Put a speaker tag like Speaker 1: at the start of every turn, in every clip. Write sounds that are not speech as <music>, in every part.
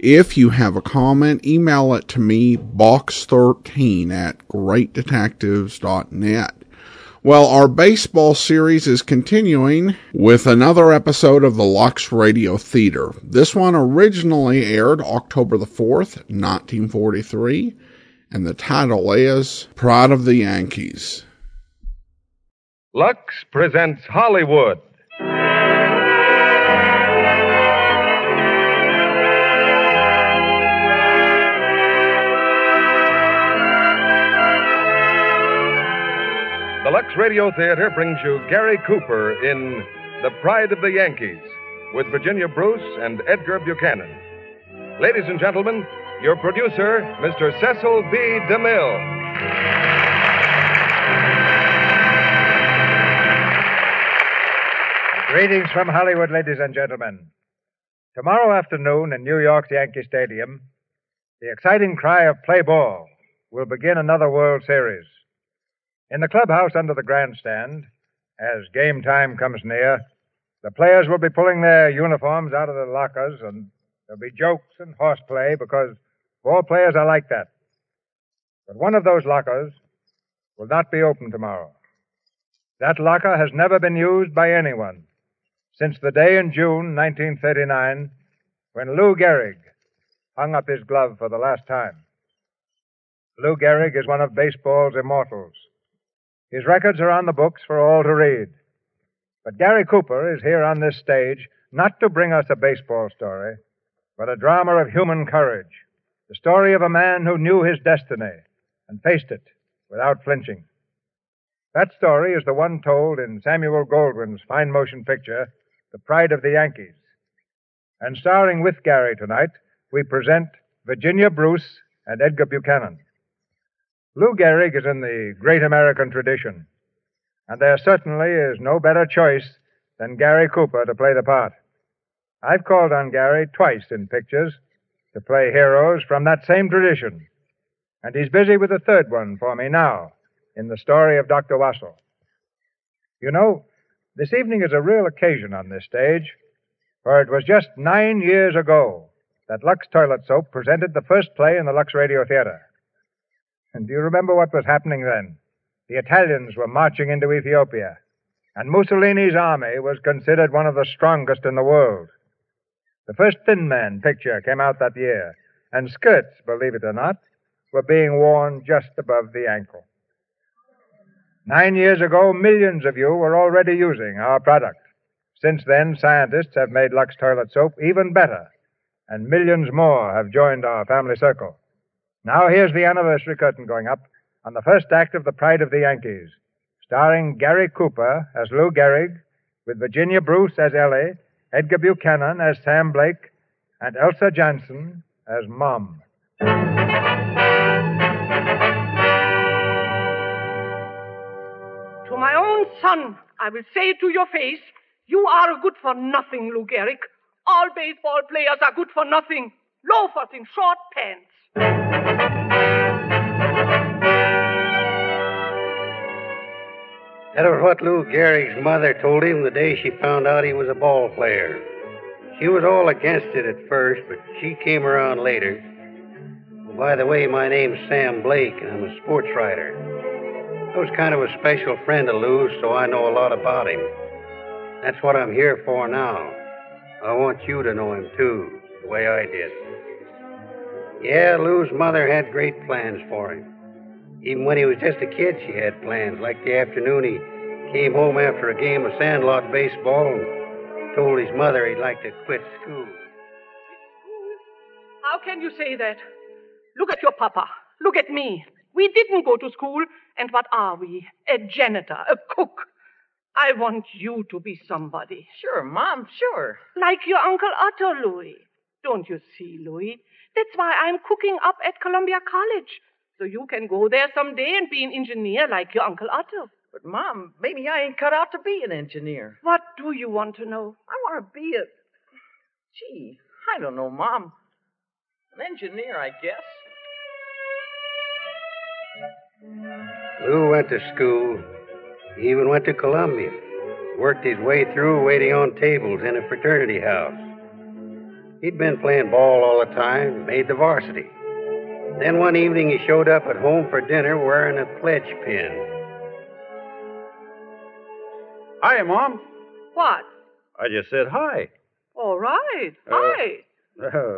Speaker 1: If you have a comment, email it to me, box13 at greatdetectives.net. Well, our baseball series is continuing with another episode of the Lux Radio Theater. This one originally aired October the 4th, 1943, and the title is Pride of the Yankees.
Speaker 2: Lux presents Hollywood. The Lux Radio Theater brings you Gary Cooper in The Pride of the Yankees with Virginia Bruce and Edgar Buchanan. Ladies and gentlemen, your producer, Mr. Cecil B. DeMille.
Speaker 3: Greetings from Hollywood, ladies and gentlemen. Tomorrow afternoon in New York's Yankee Stadium, the exciting cry of play ball will begin another World Series. In the clubhouse under the grandstand, as game time comes near, the players will be pulling their uniforms out of their lockers and there'll be jokes and horseplay because ball players are like that. But one of those lockers will not be open tomorrow. That locker has never been used by anyone since the day in June 1939 when Lou Gehrig hung up his glove for the last time. Lou Gehrig is one of baseball's immortals. His records are on the books for all to read. But Gary Cooper is here on this stage not to bring us a baseball story, but a drama of human courage, the story of a man who knew his destiny and faced it without flinching. That story is the one told in Samuel Goldwyn's fine motion picture, The Pride of the Yankees. And starring with Gary tonight, we present Virginia Bruce and Edgar Buchanan. Lou Gehrig is in the great American tradition, and there certainly is no better choice than Gary Cooper to play the part. I've called on Gary twice in pictures to play heroes from that same tradition, and he's busy with a third one for me now in the story of Dr. Wassel. You know, this evening is a real occasion on this stage, for it was just nine years ago that Lux Toilet Soap presented the first play in the Lux Radio Theater. And do you remember what was happening then? The Italians were marching into Ethiopia, and Mussolini's army was considered one of the strongest in the world. The first Thin Man picture came out that year, and skirts, believe it or not, were being worn just above the ankle. Nine years ago, millions of you were already using our product. Since then, scientists have made Lux Toilet Soap even better, and millions more have joined our family circle. Now, here's the anniversary curtain going up on the first act of The Pride of the Yankees, starring Gary Cooper as Lou Gehrig, with Virginia Bruce as Ellie, Edgar Buchanan as Sam Blake, and Elsa Jansen as Mom.
Speaker 4: To my own son, I will say to your face, you are good for nothing, Lou Gehrig. All baseball players are good for nothing. Loafers in short pants.
Speaker 5: That was what Lou Gehrig's mother told him the day she found out he was a ball player. She was all against it at first, but she came around later. Oh, by the way, my name's Sam Blake, and I'm a sports writer. I was kind of a special friend of Lou's, so I know a lot about him. That's what I'm here for now. I want you to know him, too, the way I did. Yeah, Lou's mother had great plans for him. Even when he was just a kid, she had plans. Like the afternoon he came home after a game of sandlot baseball and told his mother he'd like to quit school.
Speaker 4: How can you say that? Look at your papa. Look at me. We didn't go to school, and what are we? A janitor, a cook. I want you to be somebody.
Speaker 6: Sure, Mom, sure.
Speaker 4: Like your Uncle Otto, Louis. Don't you see, Louis? That's why I'm cooking up at Columbia College. So you can go there someday and be an engineer like your Uncle Otto.
Speaker 7: But, Mom, maybe I ain't cut out to be an engineer.
Speaker 4: What do you want to know?
Speaker 7: I want to be a. Gee, I don't know, Mom. An engineer, I guess.
Speaker 5: Lou went to school. He even went to Columbia. Worked his way through waiting on tables in a fraternity house. He'd been playing ball all the time, made the varsity. Then one evening he showed up at home for dinner wearing a pledge pin.
Speaker 8: Hi, Mom.
Speaker 4: What?
Speaker 8: I just said hi. <laughs>
Speaker 4: All right.
Speaker 8: Uh,
Speaker 4: Hi.
Speaker 8: Uh,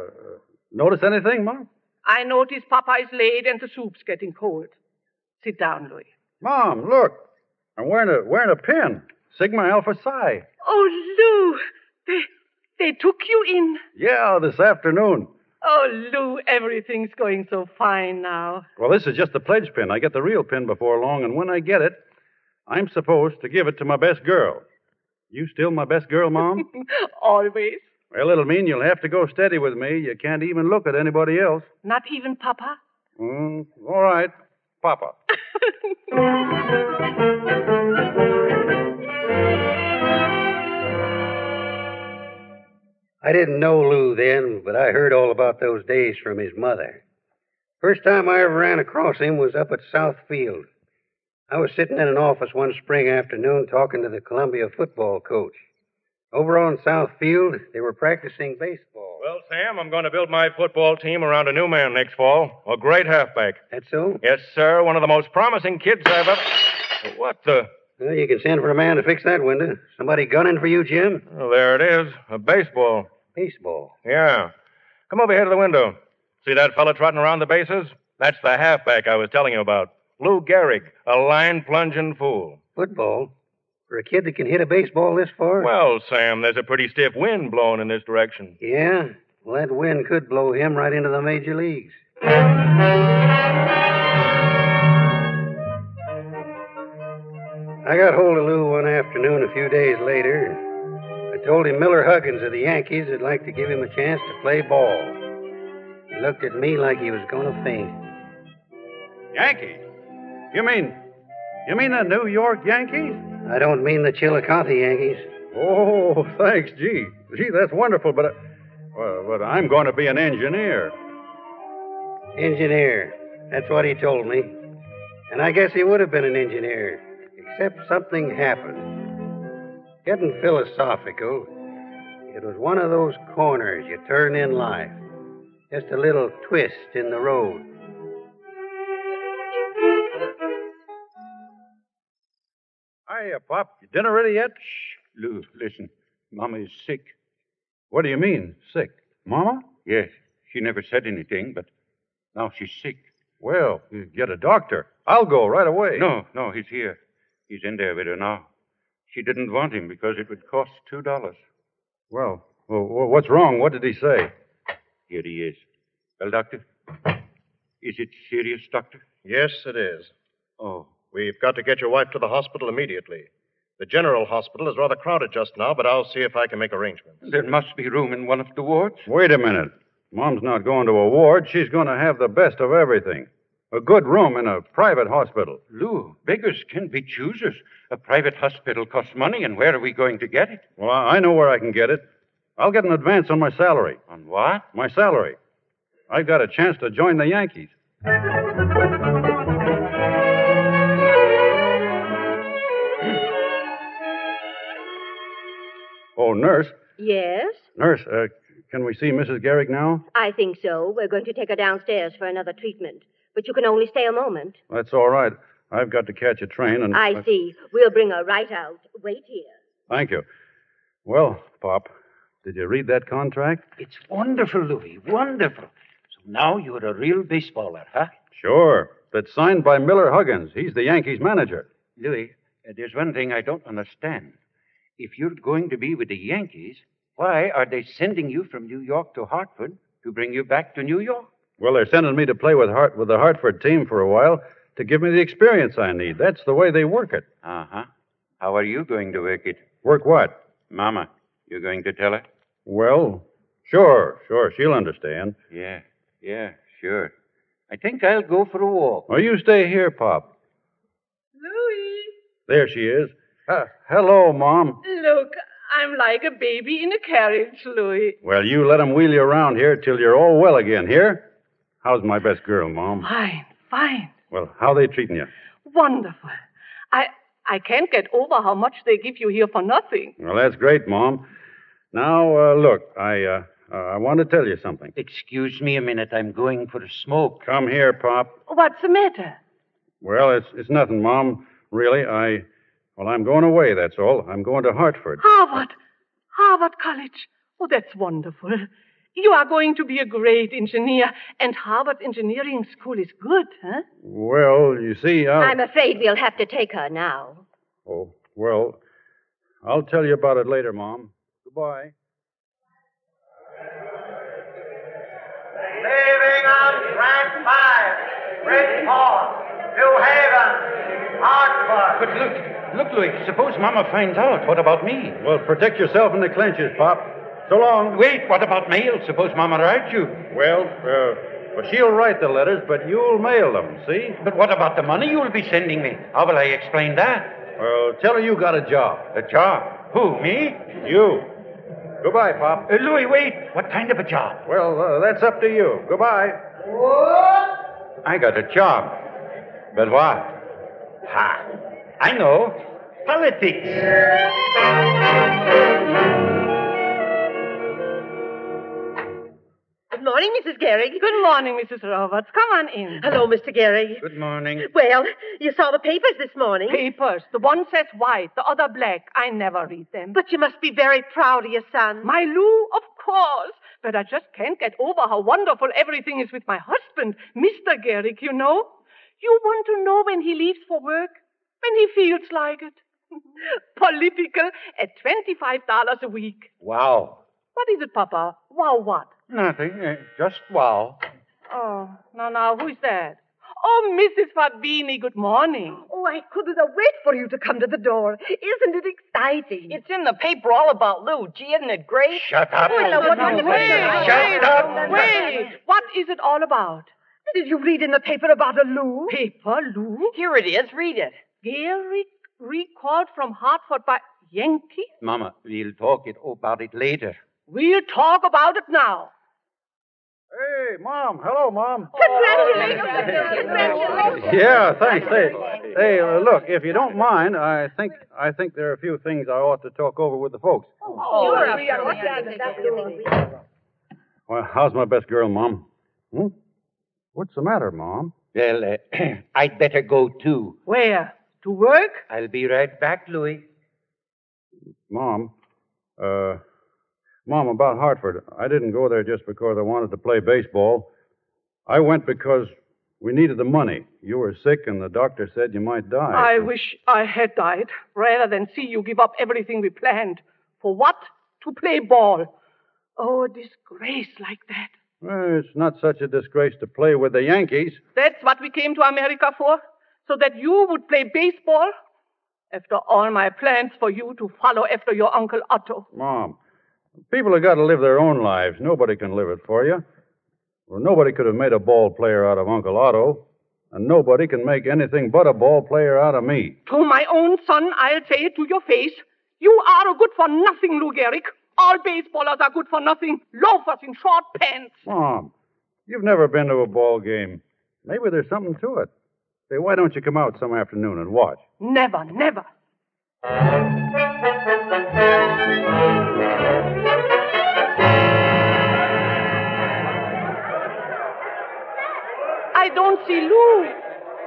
Speaker 8: notice anything, Mom?
Speaker 4: I notice Papa is late and the soup's getting cold. Sit down, Louis.
Speaker 8: Mom, look. I'm wearing a wearing a pin. Sigma Alpha Psi.
Speaker 4: Oh, Lou, they, they took you in.
Speaker 8: Yeah, this afternoon.
Speaker 4: Oh, Lou, everything's going so fine now.
Speaker 8: Well, this is just the pledge pin. I get the real pin before long, and when I get it, I'm supposed to give it to my best girl. You still my best girl,
Speaker 4: <laughs>
Speaker 8: Mom?
Speaker 4: Always.
Speaker 8: well, it'll mean you'll have to go steady with me. You can't even look at anybody else.
Speaker 4: Not even Papa?
Speaker 8: Mm, all right, Papa.
Speaker 5: I didn't know Lou then, but I heard all about those days from his mother. First time I ever ran across him was up at South Field. I was sitting in an office one spring afternoon talking to the Columbia football coach. Over on South Field, they were practicing baseball.
Speaker 9: Well, Sam, I'm going to build my football team around a new man next fall. A great halfback.
Speaker 5: That so?
Speaker 9: Yes, sir. One of the most promising kids I've ever. What the?
Speaker 5: Well, you can send for a man to fix that window. Somebody gunning for you, Jim?
Speaker 9: Well, there it is. A baseball.
Speaker 5: Baseball.
Speaker 9: Yeah. Come over here to the window. See that fella trotting around the bases? That's the halfback I was telling you about. Lou Gehrig, a line plunging fool.
Speaker 5: Football? For a kid that can hit a baseball this far?
Speaker 9: Well, Sam, there's a pretty stiff wind blowing in this direction.
Speaker 5: Yeah. Well, that wind could blow him right into the major leagues. I got hold of Lou one afternoon a few days later. I told him Miller Huggins of the Yankees would like to give him a chance to play ball. He looked at me like he was going to faint.
Speaker 8: Yankee? You mean. You mean the New York Yankees?
Speaker 5: I don't mean the Chillicothe Yankees.
Speaker 8: Oh, thanks, gee. Gee, that's wonderful, but. I, well, but I'm going to be an engineer.
Speaker 5: Engineer. That's what he told me. And I guess he would have been an engineer, except something happened. Getting philosophical, it was one of those corners you turn in life. Just a little twist in the road.
Speaker 8: Hiya, Pop. You dinner ready yet? Shh. Lou, listen. Mama's sick. What do you mean, sick? Mama? Yes. She never said anything, but now she's sick. Well, you get a doctor. I'll go right away. No, no, he's here. He's in there with her now. She didn't want him because it would cost two dollars. Well, well, wh- what's wrong? What did he say? Here he is. Well, doctor, is it serious, doctor?
Speaker 10: Yes, it is.
Speaker 8: Oh,
Speaker 10: We've got to get your wife to the hospital immediately. The general hospital is rather crowded just now, but I'll see if I can make arrangements.
Speaker 11: There must be room in one of the wards.
Speaker 8: Wait a minute. Mom's not going to a ward. She's going to have the best of everything. A good room in a private hospital.
Speaker 11: Lou, beggars can be choosers. A private hospital costs money, and where are we going to get it?
Speaker 8: Well, I know where I can get it. I'll get an advance on my salary.
Speaker 11: On what?
Speaker 8: My salary. I've got a chance to join the Yankees. oh, nurse.
Speaker 12: Yes,
Speaker 8: Nurse, uh, can we see Mrs. Garrick now?
Speaker 12: I think so. We're going to take her downstairs for another treatment. But you can only stay a moment.
Speaker 8: That's all right. I've got to catch a train and.
Speaker 12: I see. We'll bring her right out. Wait here.
Speaker 8: Thank you. Well, Pop, did you read that contract?
Speaker 11: It's wonderful, Louis. Wonderful. So now you're a real baseballer, huh?
Speaker 8: Sure. That's signed by Miller Huggins. He's the Yankees manager.
Speaker 11: Louis, uh, there's one thing I don't understand. If you're going to be with the Yankees, why are they sending you from New York to Hartford to bring you back to New York?
Speaker 8: Well, they're sending me to play with Hart with the Hartford team for a while to give me the experience I need. That's the way they work it.
Speaker 11: Uh huh. How are you going to work it?
Speaker 8: Work what?
Speaker 11: Mama, you're going to tell her?
Speaker 8: Well, sure, sure, she'll understand.
Speaker 11: Yeah, yeah, sure. I think I'll go for a walk.
Speaker 8: Or Oh, you stay here, Pop.
Speaker 4: Louis,
Speaker 8: There she is. Uh, hello, Mom.
Speaker 4: look, I'm like a baby in a carriage, Louis.
Speaker 8: Well, you let 'em wheel you around here till you're all well again, here? How's my best girl, Mom?
Speaker 4: Fine, fine,
Speaker 8: Well, how they treating you?
Speaker 4: wonderful. I I can't get over how much they give you here for nothing.
Speaker 8: Well, that's great, Mom. Now, uh, look, I, uh, uh, I want to tell you something.
Speaker 11: Excuse me a minute. I'm going for a smoke.
Speaker 8: Come here, Pop.
Speaker 4: What's the matter?
Speaker 8: Well, it's, it's nothing, Mom. Really, I. Well, I'm going away, that's all. I'm going to Hartford.
Speaker 4: Harvard, Harvard College. Oh, that's wonderful. You are going to be a great engineer, and Harvard Engineering School is good, huh?
Speaker 8: Well, you see, I'll.
Speaker 12: I'm afraid we'll have to take her now.
Speaker 8: Oh, well, I'll tell you about it later, Mom. Goodbye.
Speaker 13: Leaving on track five, Bridgeport, New Haven, Hartford.
Speaker 11: But look, look, Louis. Suppose Mama finds out. What about me?
Speaker 8: Well, protect yourself in the clenches, Pop. So long.
Speaker 11: Wait, what about mail? Suppose Mama writes you.
Speaker 8: Well, uh, well, she'll write the letters, but you'll mail them, see?
Speaker 11: But what about the money you'll be sending me? How will I explain that?
Speaker 8: Well, tell her you got a job.
Speaker 11: A job? Who, me?
Speaker 8: You. Goodbye, Pop.
Speaker 11: Uh, Louis, wait. What kind of a job?
Speaker 8: Well, uh, that's up to you. Goodbye.
Speaker 11: I got a job. But what? Ha! I know. Politics.
Speaker 14: Good morning, Mrs. Gehrig.
Speaker 4: Good morning, Mrs. Roberts. Come on in.
Speaker 14: Hello, Mr. Gehrig.
Speaker 11: Good morning.
Speaker 14: Well, you saw the papers this morning.
Speaker 4: Papers. The one says white, the other black. I never read them.
Speaker 14: But you must be very proud of your son.
Speaker 4: My Lou, of course. But I just can't get over how wonderful everything is with my husband, Mr. Garrick, you know. You want to know when he leaves for work? When he feels like it. <laughs> Political at $25 a week.
Speaker 11: Wow.
Speaker 4: What is it, Papa? Wow, what?
Speaker 11: Nothing. uh, Just wow.
Speaker 4: Oh, no, now, who's that? Oh, Mrs. Fabini, good morning.
Speaker 14: Oh, I couldn't wait for you to come to the door. Isn't it exciting?
Speaker 15: It's in the paper all about Lou. Gee, isn't it great?
Speaker 11: Shut up.
Speaker 14: Oh, no, what-
Speaker 4: Wait,
Speaker 14: what-
Speaker 4: wait,
Speaker 11: Shut up.
Speaker 4: wait. What is it all about?
Speaker 14: Did you read in the paper about a Lou?
Speaker 4: Paper, Lou?
Speaker 15: Here it is. Read it.
Speaker 4: Garrick recalled from Hartford by Yankee?
Speaker 11: Mama, we'll talk it about it later.
Speaker 4: We'll talk about it now.
Speaker 8: Hey, Mom. Hello, Mom.
Speaker 14: Congratulations.
Speaker 8: Yeah, thanks. Hey, hey uh, look, if you don't mind, I think I think there are a few things I ought to talk over with the folks. Well, how's my best girl, Mom? Hmm? What's the matter, Mom?
Speaker 11: Well, uh, <clears throat> I'd better go too.
Speaker 4: Where? To work?
Speaker 11: I'll be right back, Louis.
Speaker 8: Mom, uh, Mom, about Hartford. I didn't go there just because I wanted to play baseball. I went because we needed the money. You were sick, and the doctor said you might die.
Speaker 4: I wish I had died rather than see you give up everything we planned. For what? To play ball. Oh, a disgrace like that.
Speaker 8: Well, it's not such a disgrace to play with the Yankees.
Speaker 4: That's what we came to America for? So that you would play baseball? After all my plans for you to follow after your Uncle Otto.
Speaker 8: Mom, people have got to live their own lives. Nobody can live it for you. Well, nobody could have made a ball player out of Uncle Otto, and nobody can make anything but a ball player out of me.
Speaker 4: To my own son, I'll say it to your face. You are a good for nothing, Lou Gehrig. All baseballers are good for nothing. Loafers in short pants.
Speaker 8: Mom, you've never been to a ball game. Maybe there's something to it. Say, why don't you come out some afternoon and watch?
Speaker 4: Never, never. I don't see Lou.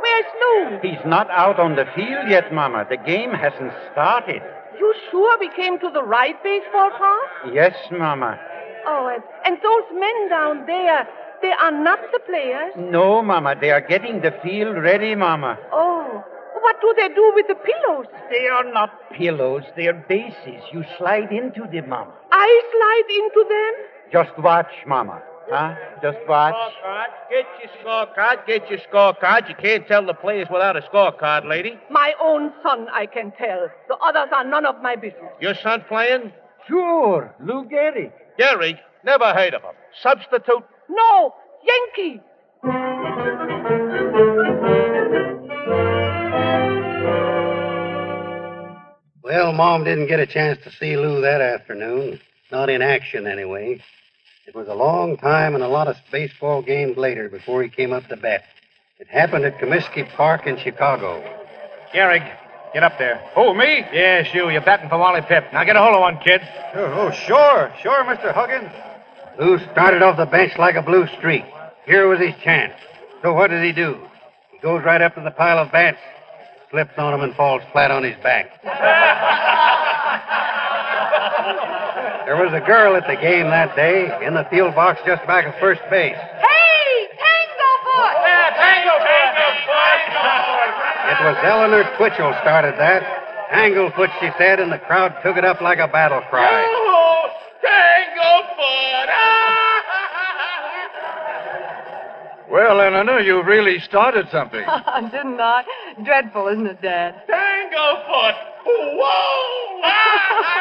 Speaker 4: Where's Lou?
Speaker 11: He's not out on the field yet, Mama. The game hasn't started.
Speaker 4: You sure we came to the right baseball park?
Speaker 11: Yes, Mama.
Speaker 4: Oh, and, and those men down there, they are not the players.
Speaker 11: No, Mama. They are getting the field ready, Mama.
Speaker 4: Oh, what do they do with the pillows?
Speaker 16: They are not pillows, they are bases. You slide into them, Mama.
Speaker 4: I slide into them?
Speaker 11: Just watch, Mama. Huh? Just watch.
Speaker 17: Scorecard. Get your scorecard. Get your scorecard. You can't tell the players without a scorecard, lady.
Speaker 4: My own son, I can tell. The others are none of my business.
Speaker 17: Your son playing?
Speaker 16: Sure, Lou Gehrig.
Speaker 17: Gehrig? Never heard of him. Substitute?
Speaker 4: No, Yankee.
Speaker 5: Well, Mom didn't get a chance to see Lou that afternoon. Not in action, anyway. It was a long time and a lot of baseball games later before he came up to bat. It happened at Comiskey Park in Chicago.
Speaker 18: Gehrig, get up there. Who, me? Yes, you. You're batting for Wally Pip. Now get a hold of one, kid.
Speaker 5: Oh, sure,
Speaker 18: <laughs>
Speaker 5: sure, Mr. Huggins. Lou started off the bench like a blue streak. Here was his chance. So what does he do? He goes right up to the pile of bats, slips on him, and falls flat on his back. There was a girl at the game that day in the field box just back of first base.
Speaker 19: Hey, Tango Boy! Yeah, Tango Boy!
Speaker 5: It was Eleanor Twitchell started that. Anglefoot, she said, and the crowd took it up like a battle cry.
Speaker 19: Oh, Tango Boy!
Speaker 13: Well, Eleanor, you've really started
Speaker 7: <laughs>
Speaker 13: something.
Speaker 7: Didn't I? Dreadful, isn't it, Dad?
Speaker 19: Tango Foot! Whoa!
Speaker 7: <laughs>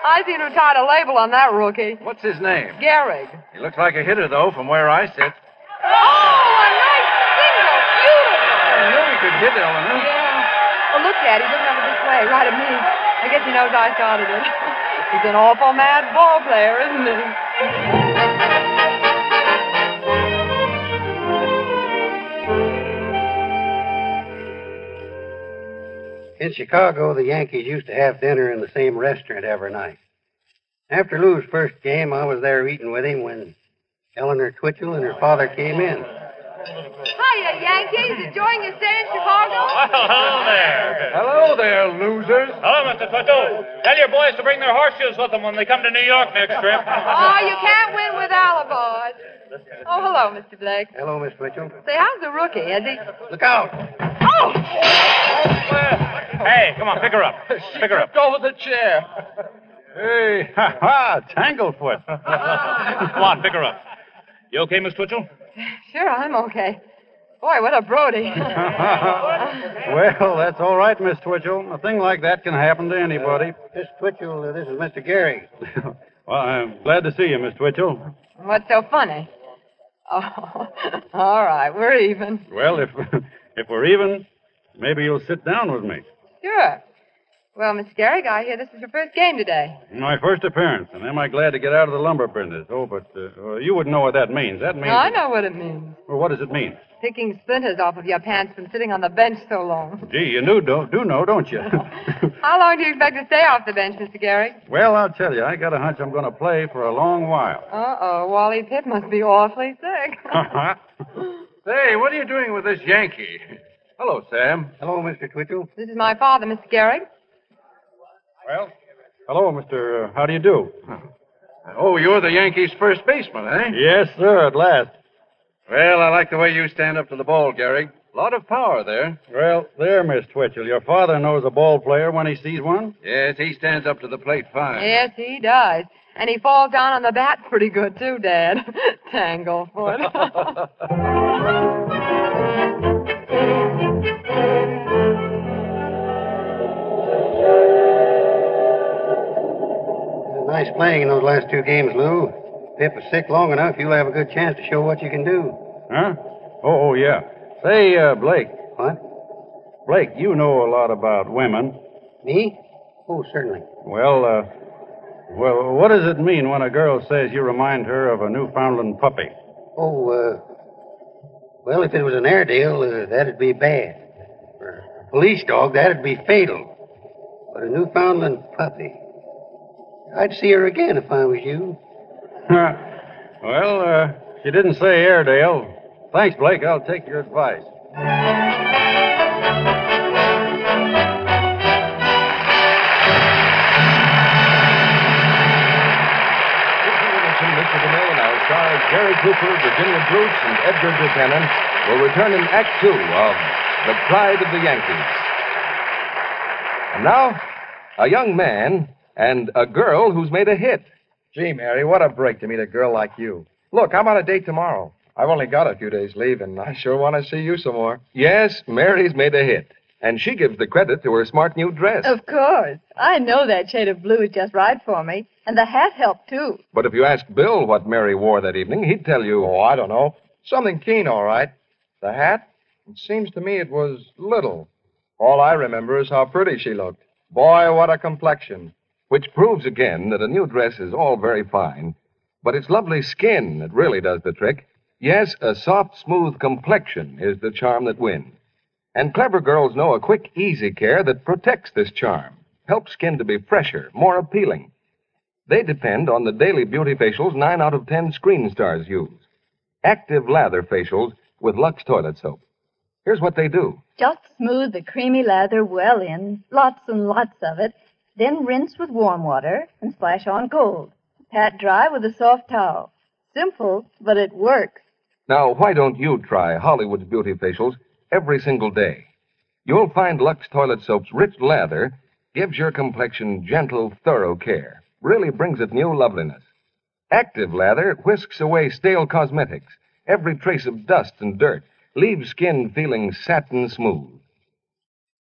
Speaker 7: I seen who tied a label on that rookie.
Speaker 13: What's his name?
Speaker 7: Gehrig.
Speaker 13: He looks like a hitter, though, from where I sit. I knew he could hit, Eleanor.
Speaker 7: Oh, look, Dad, he's looking over this way, right at me. I guess he knows I started it. <laughs> he's an awful mad ball player, isn't he?
Speaker 5: In Chicago, the Yankees used to have dinner in the same restaurant every night. After Lou's first game, I was there eating with him when Eleanor Twitchell and her father came in.
Speaker 20: Hiya, Yankees. Enjoying your stay in Chicago?
Speaker 17: Hello there.
Speaker 13: Hello there, losers.
Speaker 17: Hello, Mr. Toto. Tell your boys to bring their horseshoes with them when they come to New York next trip.
Speaker 7: Oh, you can't win without a boy. Oh, hello, Mr. Blake.
Speaker 5: Hello, Miss Twitchell.
Speaker 7: Say, how's the rookie? Has he...
Speaker 5: Look out!
Speaker 17: Hey, come on, pick
Speaker 13: <laughs>
Speaker 17: her up. Pick her up.
Speaker 13: Go with the chair. Hey, ha ha, Tanglefoot.
Speaker 17: Come on, pick her up. You okay, Miss Twitchell?
Speaker 7: Sure, I'm okay. Boy, what a Brody.
Speaker 5: Well, that's all right, Miss Twitchell. A thing like that can happen to anybody. Miss Twitchell, uh, this is Mr. Gary.
Speaker 8: <laughs> Well, I'm glad to see you, Miss Twitchell.
Speaker 7: What's so funny? Oh, <laughs> all right, we're even.
Speaker 8: Well, if <laughs> if we're even, maybe you'll sit down with me.
Speaker 7: Sure. Well, Miss Garrick, I hear this is your first game today.
Speaker 8: My first appearance, and am I glad to get out of the lumber business? Oh, but uh, well, you wouldn't know what that means. That means.
Speaker 7: Now, I know what it means.
Speaker 8: Well, what does it mean?
Speaker 7: Picking splinters off of your pants from sitting on the bench so long.
Speaker 8: Gee, you do, do, do know, don't you? <laughs>
Speaker 7: How long do you expect to stay off the bench, Mr. Garrick?
Speaker 8: well, I'll tell you, I got a hunch I'm going to play for a long while.
Speaker 7: Uh-oh, Wally Pitt must be awfully sick.
Speaker 13: Say, Uh-huh. what are you doing with this Yankee? Hello, Sam.
Speaker 5: Hello, Mr. Twitchell.
Speaker 7: This is my father, Mr. Garrick.
Speaker 13: Well?
Speaker 8: Hello, Mr. Uh, how do you do?
Speaker 13: Oh, you're the Yankees' first baseman, eh?
Speaker 8: Yes, sir, at last.
Speaker 13: Well, I like the way you stand up to the ball, Gehrig. Lot of power there.
Speaker 8: Well, there, Miss Twitchell. Your father knows a ball player when he sees one.
Speaker 13: Yes, he stands up to the
Speaker 17: <laughs>
Speaker 13: plate <laughs> fine.
Speaker 7: Yes, he does. And he falls down on the bat pretty good, too, Dad. <laughs>
Speaker 13: <laughs>
Speaker 7: Tanglefoot.
Speaker 5: Nice playing in those last two games, Lou. Pip is sick long enough, you'll have a good chance to show what you can do.
Speaker 8: Huh? Oh, oh yeah. Say, uh, Blake.
Speaker 5: What?
Speaker 8: Blake, you know a lot about women.
Speaker 5: Me? Oh, certainly.
Speaker 8: Well, uh, well, what does it mean when a girl says you remind her of a Newfoundland puppy?
Speaker 5: Oh, uh, well, if it was an Airedale, uh, that'd be bad. For a police dog, that'd be fatal. But a Newfoundland puppy. I'd see her again if I was you.
Speaker 8: well, uh, she didn't say Airedale. Thanks, Blake. I'll take your advice.
Speaker 2: Anderson, Mr. DeMay, now stars Gary Cooper, Virginia Bruce, and Edgar Buchanan will return in Act Two of The Pride of the Yankees. And now, a young man and a girl who's made a hit.
Speaker 3: Gee, Mary, what a break to meet a girl like you. Look, how about a date tomorrow? I've only got a few days leave, and I sure want to see you some more.
Speaker 2: Yes, Mary's made a hit. And she gives the credit to her smart new dress.
Speaker 21: Of course. I know that shade of blue is just right for me. And the hat helped, too.
Speaker 2: But if you asked Bill what Mary wore that evening, he'd tell you. Oh, I don't know.
Speaker 22: Something keen, all right. The hat? It seems to me it was little. All I remember is how pretty she looked. Boy, what a complexion.
Speaker 2: Which proves again that a new dress is all very fine, but it's lovely skin that really does the trick. Yes, a soft, smooth complexion is the charm that wins. And clever girls know a quick, easy care that protects this charm, helps skin to be fresher, more appealing. They depend on the daily beauty facials 9 out of 10 screen stars use. Active lather facials with Lux toilet soap. Here's what they do.
Speaker 7: Just smooth the creamy lather well in, lots and lots of it, then rinse with warm water and splash on cold. Pat dry with a soft towel. Simple, but it works.
Speaker 2: Now, why don't you try Hollywood's beauty facials every single day? You'll find Lux toilet soap's rich lather gives your complexion gentle, thorough care. Really brings it new loveliness. Active lather whisks away stale cosmetics, every trace of dust and dirt, leaves skin feeling satin smooth.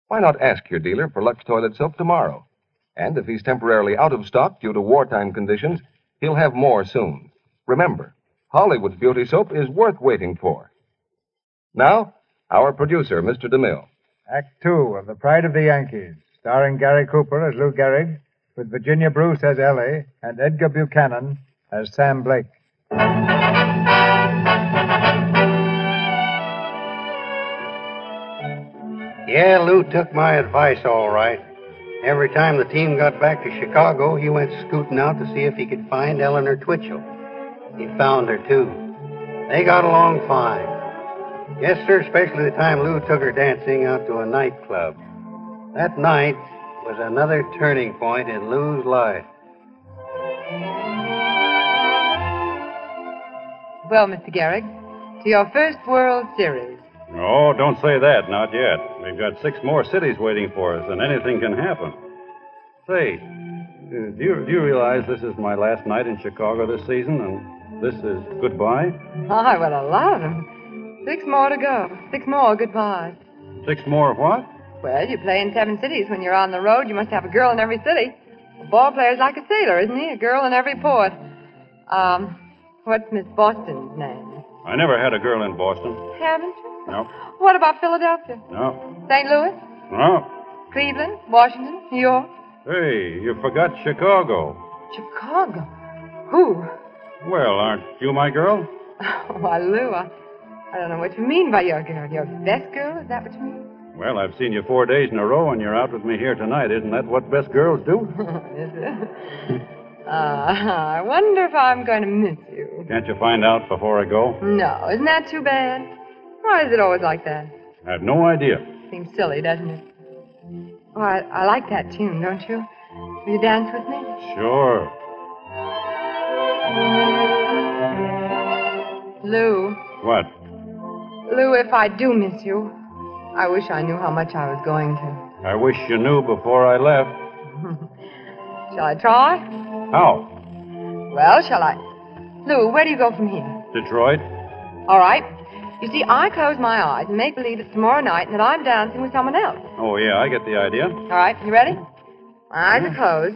Speaker 2: Why not ask your dealer for Lux toilet soap tomorrow? And if he's temporarily out of stock due to wartime conditions, he'll have more soon. Remember, Hollywood's beauty soap is worth waiting for. Now, our producer, Mr. DeMille.
Speaker 3: Act two of The Pride of the Yankees, starring Gary Cooper as Lou Gehrig, with Virginia Bruce as Ellie and Edgar Buchanan as Sam Blake.
Speaker 5: Yeah, Lou took my advice all right. Every time the team got back to Chicago, he went scooting out to see if he could find Eleanor Twitchell. He found her, too. They got along fine. Yes, sir, especially the time Lou took her dancing out to a nightclub. That night was another turning point in Lou's life.
Speaker 7: Well, Mr. Garrick, to your first World Series.
Speaker 8: Oh, don't say that. Not yet. We've got six more cities waiting for us, and anything can happen. Say, uh, do you, do you realize this is my last night in Chicago this season, and this is goodbye?
Speaker 7: My, what a lot of them. Six more to go. Six more goodbyes.
Speaker 8: Six more what?
Speaker 7: Well, you play in seven cities. When you're on the road, you must have a girl in every city. A ball player's like a sailor, isn't he? A girl in every port. Um, what's Miss Boston's name?
Speaker 8: I never had a girl in Boston.
Speaker 7: Haven't?
Speaker 8: No,
Speaker 7: What about Philadelphia?
Speaker 8: no,
Speaker 7: St. Louis?
Speaker 8: no.
Speaker 7: Cleveland? Washington? New York?
Speaker 8: Hey, you forgot Chicago.
Speaker 7: Chicago? <laughs> Who?
Speaker 8: Well, aren't you my girl?
Speaker 7: Why, Lou, I, I don't know what you mean by your girl. Your best girl? Is that what you mean?
Speaker 8: Well, I've seen you four days in a row, and you're out with me here tonight. Isn't that what best girls do?
Speaker 7: Is it? Ah, <laughs> I wonder if I'm going to miss you.
Speaker 8: Can't you find out before I go?
Speaker 7: No, isn't that too bad? Why is it always like that?
Speaker 8: I have no idea.
Speaker 7: Seems silly, doesn't it? Oh, I, I like that tune, don't you? Will you dance with me?
Speaker 8: Sure.
Speaker 7: Lou,
Speaker 8: What?
Speaker 7: Lou, if I do miss you, I wish I knew how much I was going to.
Speaker 8: I wish you knew before I left.
Speaker 7: Shall I try?
Speaker 8: How?
Speaker 7: Well, shall I? Lou, where do you go from here?
Speaker 8: Detroit?
Speaker 7: All right. You see, I close my eyes and make believe it's tomorrow night and that I'm dancing with someone else.
Speaker 8: Oh, yeah, I get the idea.
Speaker 7: All right, you ready? My eyes are closed.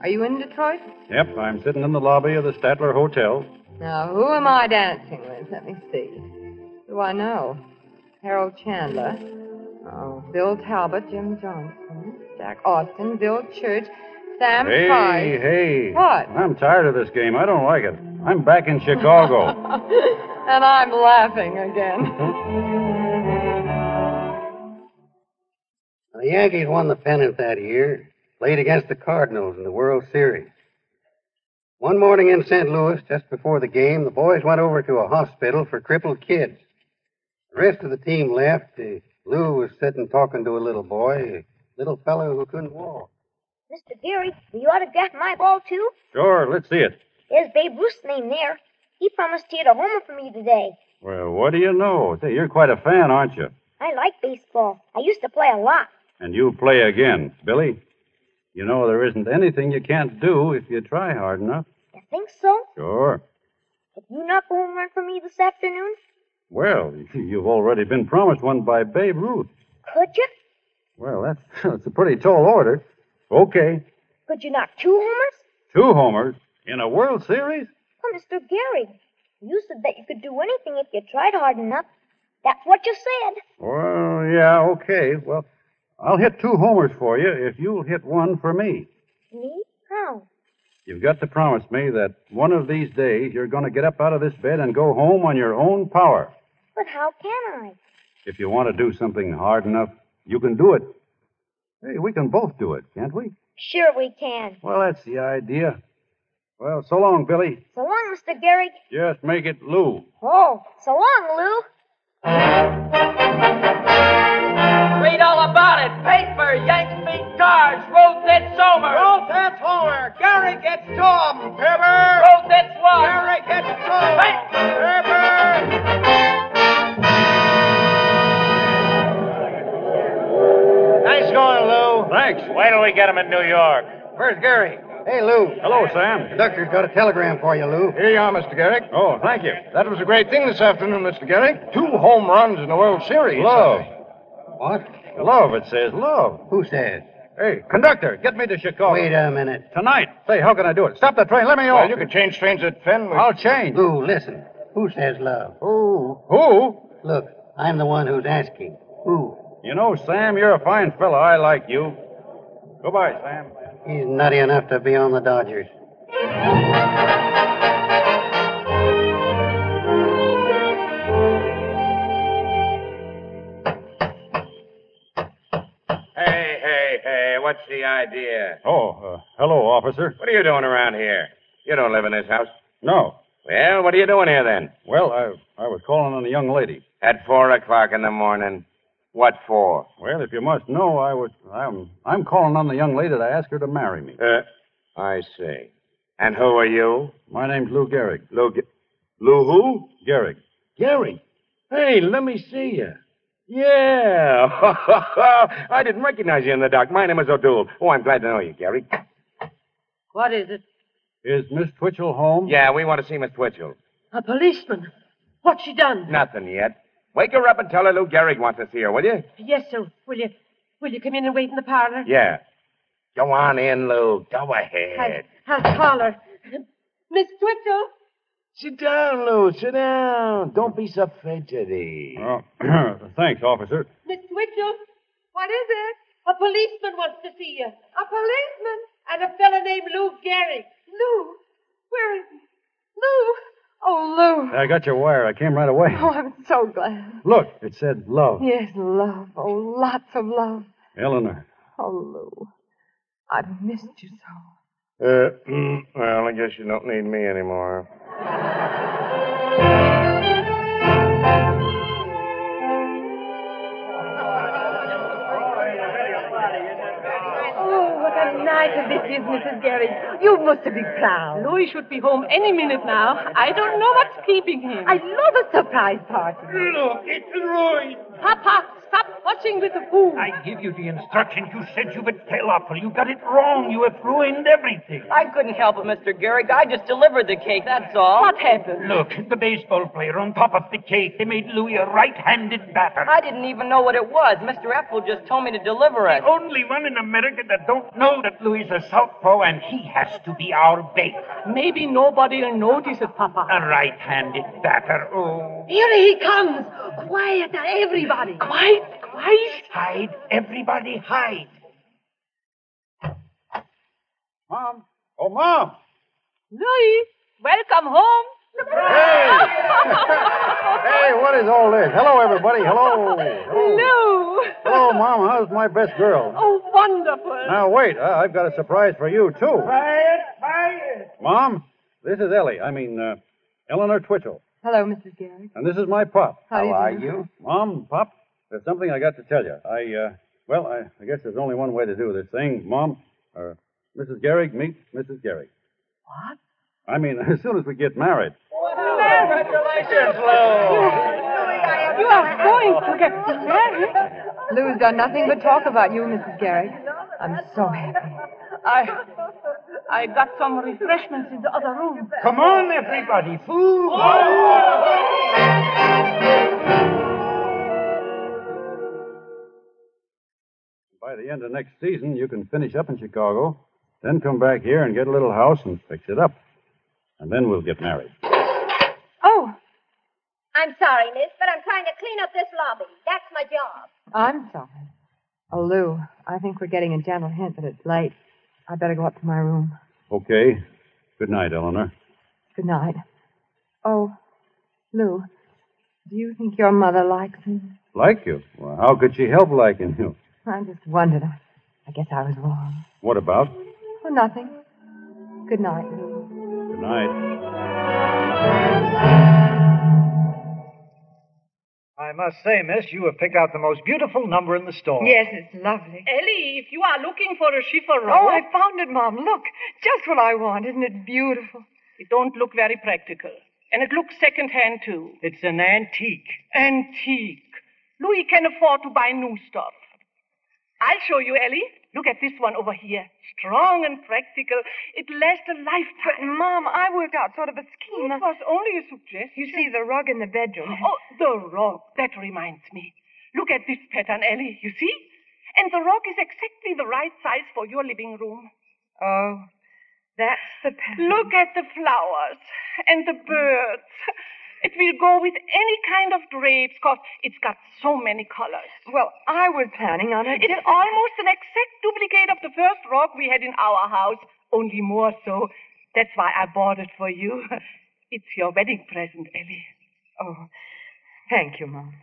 Speaker 7: Are you in Detroit?
Speaker 8: Yep, I'm sitting in the lobby of the Statler Hotel.
Speaker 7: Now, who am I dancing with? Let me see. Who do I know? Harold Chandler. Oh, Bill Talbot, Jim Johnson, Jack Austin, Bill Church, Sam
Speaker 8: hey,
Speaker 7: Price.
Speaker 8: hey.
Speaker 7: What?
Speaker 8: I'm tired of this game. I don't like it. I'm back in
Speaker 7: <laughs>
Speaker 8: Chicago.
Speaker 7: <laughs> and I'm laughing
Speaker 8: Mm-hmm.
Speaker 7: again.
Speaker 5: The Yankees won the pennant that year, played against the Cardinals in the World Series. One morning in St. Louis, just before the game, the boys went over to a hospital for crippled kids. The rest of the team left. Uh, Lou was sitting talking to a little boy, a little fellow who couldn't walk.
Speaker 23: Mr. Geary, will you autograph my ball, too?
Speaker 8: sure, let's see it.
Speaker 23: There's Babe Ruth's name there. He promised to hit a homer for me today.
Speaker 8: Well, what do you know? Say, you're quite a fan, aren't you?
Speaker 23: I like baseball. I used to play a lot.
Speaker 8: And you play again, Billy. You know there isn't anything you can't do if you try hard enough.
Speaker 23: You think so?
Speaker 8: Sure.
Speaker 23: Could you knock a home run for me this afternoon?
Speaker 8: Well, <laughs> you've already been promised one by Babe Ruth.
Speaker 23: Could you?
Speaker 8: Well, that's, <laughs> that's a pretty tall order. Okay.
Speaker 23: Could you knock two homers?
Speaker 8: Two homers in a World Series?
Speaker 23: Oh, Mr. Geary, You said that you could do anything if you tried hard enough. That's what you said.
Speaker 8: Well, yeah, okay. Well, I'll hit two homers for you if you'll hit one for me.
Speaker 23: Me? How?
Speaker 8: You've got to promise me that one of these days you're going to get up out of this bed and go home on your own power.
Speaker 23: But how can I?
Speaker 8: If you want to do something hard enough, you can do it. Hey, we can both do it, can't we?
Speaker 23: Sure we can.
Speaker 8: Well, that's the idea. Well, so long, Billy.
Speaker 23: So long, Mr. Garrick.
Speaker 8: Just make it Lou.
Speaker 23: Oh, so long, Lou.
Speaker 24: Read all about it. Paper, Yanks beat Dodge, Road that's Somer.
Speaker 25: Road that's Homer. Gary gets Tom. Pepper.
Speaker 24: Road that's Love.
Speaker 25: Gary gets Tom.
Speaker 19: Nice going, Lou.
Speaker 26: Thanks.
Speaker 19: Wait till we get him in New York.
Speaker 25: Where's Gary? Hey, Lou.
Speaker 8: Hello, Sam.
Speaker 5: Conductor's got a telegram for you, Lou.
Speaker 2: Here you are, Mr. Garrick.
Speaker 8: Oh, thank you.
Speaker 2: That was a great thing this afternoon, Mr. Garrick. Two home runs in the World Series.
Speaker 8: Love.
Speaker 5: What?
Speaker 8: Love, it says. Love.
Speaker 5: Who says?
Speaker 8: Hey, conductor, get me to Chicago.
Speaker 5: Wait a minute.
Speaker 8: Tonight. Say, how can I do it? Stop the train. Let me off.
Speaker 2: Well, you can change trains at Fenway.
Speaker 8: I'll change.
Speaker 5: Lou, listen. Who says love?
Speaker 8: Who? Who?
Speaker 5: Look, I'm the one who's asking. Who?
Speaker 8: You know, Sam, you're a fine fella. I like you. Goodbye, Sam.
Speaker 5: He's nutty enough to be on the Dodgers.
Speaker 19: Hey, hey, hey, what's the idea?
Speaker 8: Oh, uh, hello, officer.
Speaker 19: What are you doing around here? You don't live in this house.
Speaker 8: No.
Speaker 19: Well, what are you doing here then?
Speaker 8: Well, I, I was calling on a young lady.
Speaker 19: At four o'clock in the morning. What for?
Speaker 8: Well, if you must know, I was I'm I'm calling on the young lady to ask her to marry me.
Speaker 19: Uh, I see. And who are you?
Speaker 8: My name's Lou Gehrig.
Speaker 19: Lou, Ge- Lou who?
Speaker 8: Gehrig.
Speaker 19: Gary. Hey, let me see you. Yeah. <laughs> I didn't recognize you in the dark. My name is O'Doul. Oh, I'm glad to know you, Gary.
Speaker 27: What is it?
Speaker 8: Is Miss Twitchell home?
Speaker 19: Yeah, we want to see Miss Twitchell.
Speaker 27: A policeman. What's she done?
Speaker 19: Nothing yet. Wake her up and tell her Lou Gehrig wants to see her, will you?
Speaker 27: Yes, sir. Will you will you come in and wait in the parlor?
Speaker 19: Yeah. Go on in, Lou. Go ahead.
Speaker 27: I, I'll call her. Miss Twitchell?
Speaker 19: Sit down, Lou. Sit down. Don't be so fidgety.
Speaker 8: Oh, <clears throat> thanks, officer.
Speaker 27: Miss Twitchell? What is it? A policeman wants to see you. A policeman? And a fellow named Lou Gehrig. Lou? Where is he? Lou? Oh, Lou.
Speaker 8: I got your wire. I
Speaker 28: <laughs>
Speaker 8: came right away.
Speaker 27: Oh, I'm so glad.
Speaker 8: Look, it said love.
Speaker 27: Yes, love. Oh, lots of love.
Speaker 8: Eleanor.
Speaker 27: Oh, Lou. I've missed you so.
Speaker 19: Uh, well, I guess you don't need me anymore.
Speaker 27: Oh, what a night of this is, Mrs. Gary. You must have been proud.
Speaker 4: Louis should be home any minute now. I don't know what's keeping him.
Speaker 27: I love a surprise party.
Speaker 14: Look, it's Roy.
Speaker 4: Papa, stop watching with the fool.
Speaker 13: I give you the instructions. You said you would tell Apple. You got it wrong. You have ruined everything.
Speaker 24: I couldn't help it, Mr. Gehrig. I just delivered the cake, that's all.
Speaker 4: What happened?
Speaker 13: Look, the baseball player on top of the cake. They made Louis a right-handed batter.
Speaker 24: I didn't even know what it was. Mr. Apple just told me to deliver it.
Speaker 13: The only one in America that don't know that Louis is a southpaw, and he has to be our bait.
Speaker 4: Maybe nobody'll notice it, Papa.
Speaker 13: A right-handed batter. Oh.
Speaker 27: Here he comes. Quiet, now, everybody.
Speaker 4: Quiet, quiet.
Speaker 13: Hide, everybody, hide.
Speaker 8: Mom. Oh, Mom.
Speaker 4: Louis, welcome home. <laughs>
Speaker 8: Hey! hey, what is all this? Hello, everybody. Hello. Hello.
Speaker 4: Lou.
Speaker 8: Hello, Oh, Mom. How's my best girl?
Speaker 4: Oh, wonderful.
Speaker 8: Now, wait. I- I've got a surprise for you, too.
Speaker 14: Quiet, quiet.
Speaker 8: Mom, this is Ellie. I mean, uh, Eleanor Twitchell.
Speaker 27: Hello, Mrs. Gary.
Speaker 8: And this is my pop.
Speaker 27: How, do
Speaker 5: are
Speaker 27: do?
Speaker 5: you?
Speaker 8: Mom, pop, there's something I got to tell you. I, uh, well, I, I guess there's only one way to do this thing. Mom, uh, Mrs. Gehrig, meet Mrs. Gehrig.
Speaker 4: What?
Speaker 8: I mean, <laughs> as soon as we get married.
Speaker 25: Congratulations, Lou.
Speaker 4: You are going to get married.
Speaker 27: Lou's done nothing but talk about you, Mrs. Gary. I'm so happy.
Speaker 4: I, I got some refreshments in the other room.
Speaker 13: Come on, everybody. Food.
Speaker 1: Oh.
Speaker 8: By the end of next season, you can finish up in Chicago, then come back here and get a little house and fix it up. And then we'll get married.
Speaker 27: Oh,
Speaker 23: I'm sorry, miss, but I'm trying to clean up this lobby. That's my job. <laughs>
Speaker 28: I'm sorry. Oh, Lou, I think we're getting a gentle hint that it's late. I better go up to my room.
Speaker 8: Okay. Good night, Eleanor.
Speaker 28: Good night. Oh, Lou, do you think your mother likes me?
Speaker 8: Like you? Well, how could she help liking you?
Speaker 28: I just wondered. I, I guess I was wrong.
Speaker 8: What about?
Speaker 28: Oh, nothing. Good night, Lou.
Speaker 8: Good night.
Speaker 1: I must say, miss, you have picked out the most beautiful number in the store.
Speaker 7: Yes, it's lovely.
Speaker 4: Ellie, if you are looking for a chifferon.
Speaker 7: Oh, I found it, Mom. Look, just what I want. Isn't it beautiful?
Speaker 4: It don't look very practical. And it looks second-hand, too.
Speaker 1: It's an antique.
Speaker 4: Antique. Louis can afford to buy new stuff. I'll show you, Ellie. Look at this one over here. Strong and practical. It lasts a
Speaker 7: But,
Speaker 4: lifetime.
Speaker 7: Mom, I worked out sort of a scheme.
Speaker 4: It was only a suggestion.
Speaker 7: You see the rug in the bedroom.
Speaker 4: Oh, the rug. That reminds me. Look at this pattern, Ellie. You see? And the rug is exactly the right size for your living room.
Speaker 7: Oh, that's the pattern.
Speaker 4: Look at the flowers and the birds. It will go with any kind of drapes, because it's got so many colors.
Speaker 7: Well, I was planning on it.
Speaker 4: It's
Speaker 7: different-
Speaker 4: almost an exact duplicate of the first rock we had in our house, only more so. That's why I bought it for you. <laughs> It's your wedding present, Ellie.
Speaker 7: Oh, thank you, Mom.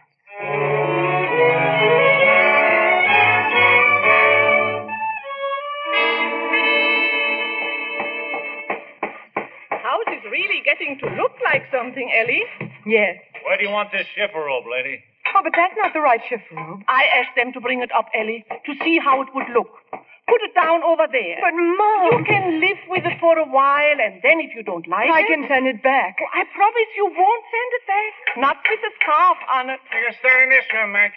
Speaker 4: The house is really getting to look like something, Ellie.
Speaker 7: Yes.
Speaker 17: Where do you want this shiffer robe, lady?
Speaker 7: Oh, but that's not the right shift robe.
Speaker 4: I asked them to bring it up, Ellie, to see how it would look. Put it down over there.
Speaker 7: But, Mom.
Speaker 4: You can live with it for a while, and then if you don't like
Speaker 7: I
Speaker 4: it.
Speaker 7: can send it back.
Speaker 4: I promise you won't send it back. Not with a scarf on it.
Speaker 29: You can stay in this room, Max.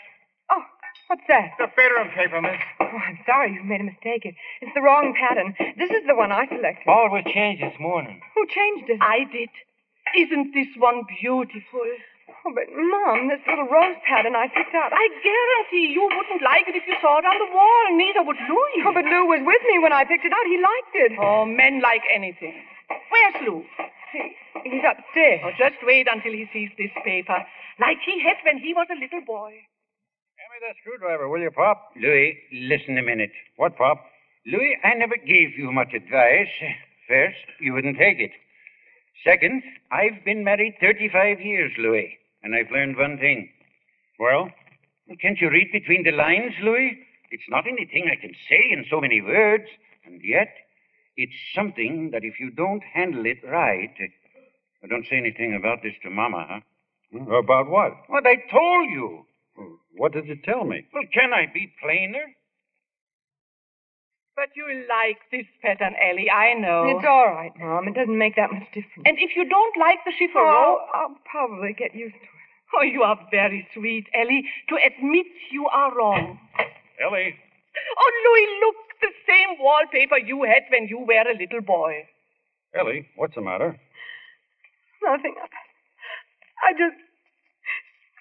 Speaker 7: Oh, what's that?
Speaker 29: The bedroom paper, miss.
Speaker 7: Oh, I'm sorry you've made a mistake. It, it's the wrong pattern. This is the one I selected.
Speaker 29: All was changed this morning.
Speaker 7: Who changed it?
Speaker 4: I did. Isn't this one beautiful?
Speaker 7: Oh, but Mom, this little rose pattern I picked out.
Speaker 4: I guarantee you wouldn't like it if you saw it on the wall. Neither would Louis.
Speaker 7: Oh, but Lou was with me when I picked it out. He liked it.
Speaker 4: Oh, men like anything. Where's Lou?
Speaker 7: He, he's upstairs.
Speaker 4: Oh, just wait until he sees this paper, like he had when he was a little boy.
Speaker 5: Hand me that screwdriver, will you, Pop?
Speaker 11: Louis, listen a minute.
Speaker 5: What, Pop?
Speaker 11: Louis, I never gave you much advice. First, you wouldn't take it. Second, I've been married 35 years, Louis, and I've learned one thing.
Speaker 5: Well?
Speaker 11: Can't you read between the lines, Louis? It's not anything I can say in so many words, and yet it's something that if you don't handle it right. I don't say anything about this to Mama, huh?
Speaker 8: About what?
Speaker 11: What I told you.
Speaker 8: What did you tell me?
Speaker 11: Well, can I be plainer?
Speaker 4: But you like this pattern, Ellie, I know.
Speaker 7: It's all right, Mom. It doesn't make that much difference.
Speaker 4: And if you don't like the chiffon,
Speaker 7: Oh, I'll probably get used to it.
Speaker 4: <laughs> oh, you are very sweet, Ellie, to admit you are wrong.
Speaker 29: Ellie.
Speaker 4: Oh, Louis, look, the same wallpaper you had when you were a little boy.
Speaker 8: Ellie, what's the matter?
Speaker 7: Nothing. I- I just.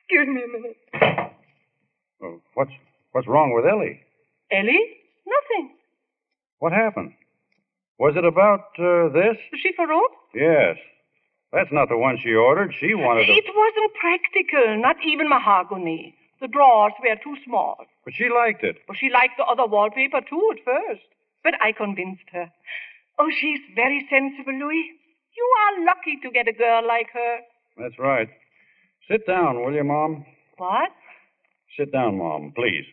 Speaker 7: Excuse me a minute.
Speaker 8: Oh, What's what's wrong with Ellie?
Speaker 4: Ellie? Nothing.
Speaker 8: What happened? Was it about uh, this?
Speaker 4: The chiffon robe?
Speaker 8: Yes. That's not the one she ordered. She wanted to.
Speaker 4: <laughs> It wasn't practical, not even mahogany. The drawers were too small.
Speaker 8: But she liked it.
Speaker 4: Well, she liked the other wallpaper too at first, but I convinced her. Oh, she's very sensible, Louis. You are lucky to get a girl like her.
Speaker 8: That's right. Sit down, will you, Mom?
Speaker 4: What?
Speaker 8: Sit down, Mom, please.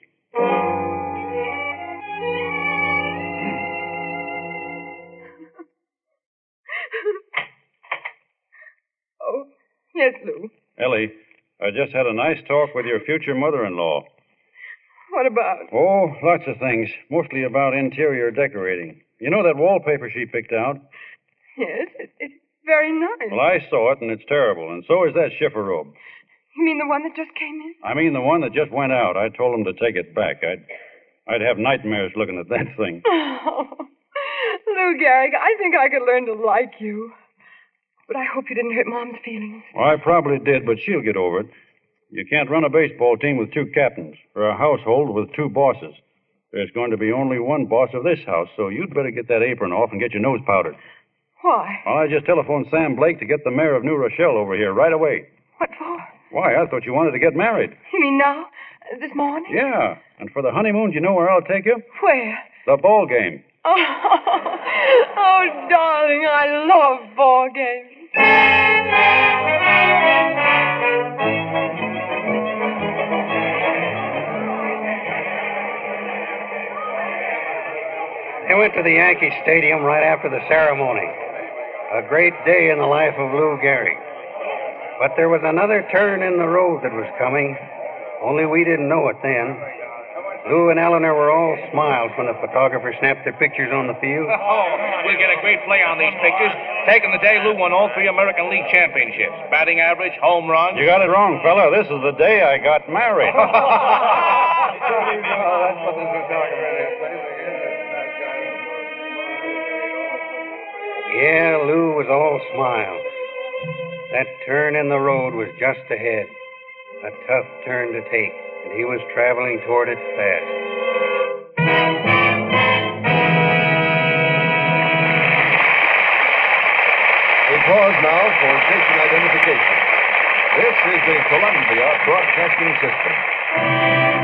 Speaker 7: Oh, yes, Lou.
Speaker 8: Ellie, I just had a nice talk with your future mother in law.
Speaker 7: What about?
Speaker 8: Oh, lots of things, mostly about interior decorating. You know that wallpaper she picked out?
Speaker 7: Yes, it, it's very nice.
Speaker 8: Well, I saw it, and it's terrible, and so is that shiffer robe.
Speaker 7: You mean the one that just came in?
Speaker 8: I mean, the one that just went out. I told him to take it back. I'd, I'd have nightmares looking at that thing.
Speaker 7: Oh, Lou Gehrig, I think I could learn to like you. But I hope you didn't hurt Mom's feelings.
Speaker 8: Well, I probably did, but she'll get over it. You can't run a baseball team with two captains, or a household with two bosses. There's going to be only one boss of this house, so you'd better get that apron off and get your nose powdered.
Speaker 7: Why?
Speaker 8: Well, I just telephoned Sam Blake to get the mayor of New Rochelle over here right away.
Speaker 7: What for?
Speaker 8: Why, I thought you wanted to get married.
Speaker 7: You mean now? Uh, This morning?
Speaker 8: Yeah. And for the honeymoon, do you know where I'll take you?
Speaker 7: Where?
Speaker 8: The ball game.
Speaker 7: Oh, <laughs> oh, darling, I love ball games.
Speaker 5: I went to the Yankee Stadium right after the ceremony. A great day in the life of Lou Gehrig. But there was another turn in the road that was coming, only we didn't know it then. Lou and Eleanor were all smiles when the photographer snapped their pictures on the field.
Speaker 17: Oh, we'll get a great play on these pictures. Taking the day, Lou won all three American League championships. Batting average, home runs.
Speaker 8: You got it wrong, fella. This is the day I got married.
Speaker 5: Yeah, Lou was all smiles. That turn in the road was just ahead. A tough turn to take, and he was traveling toward it fast.
Speaker 30: We pause now for station identification. This is the Columbia Broadcasting System.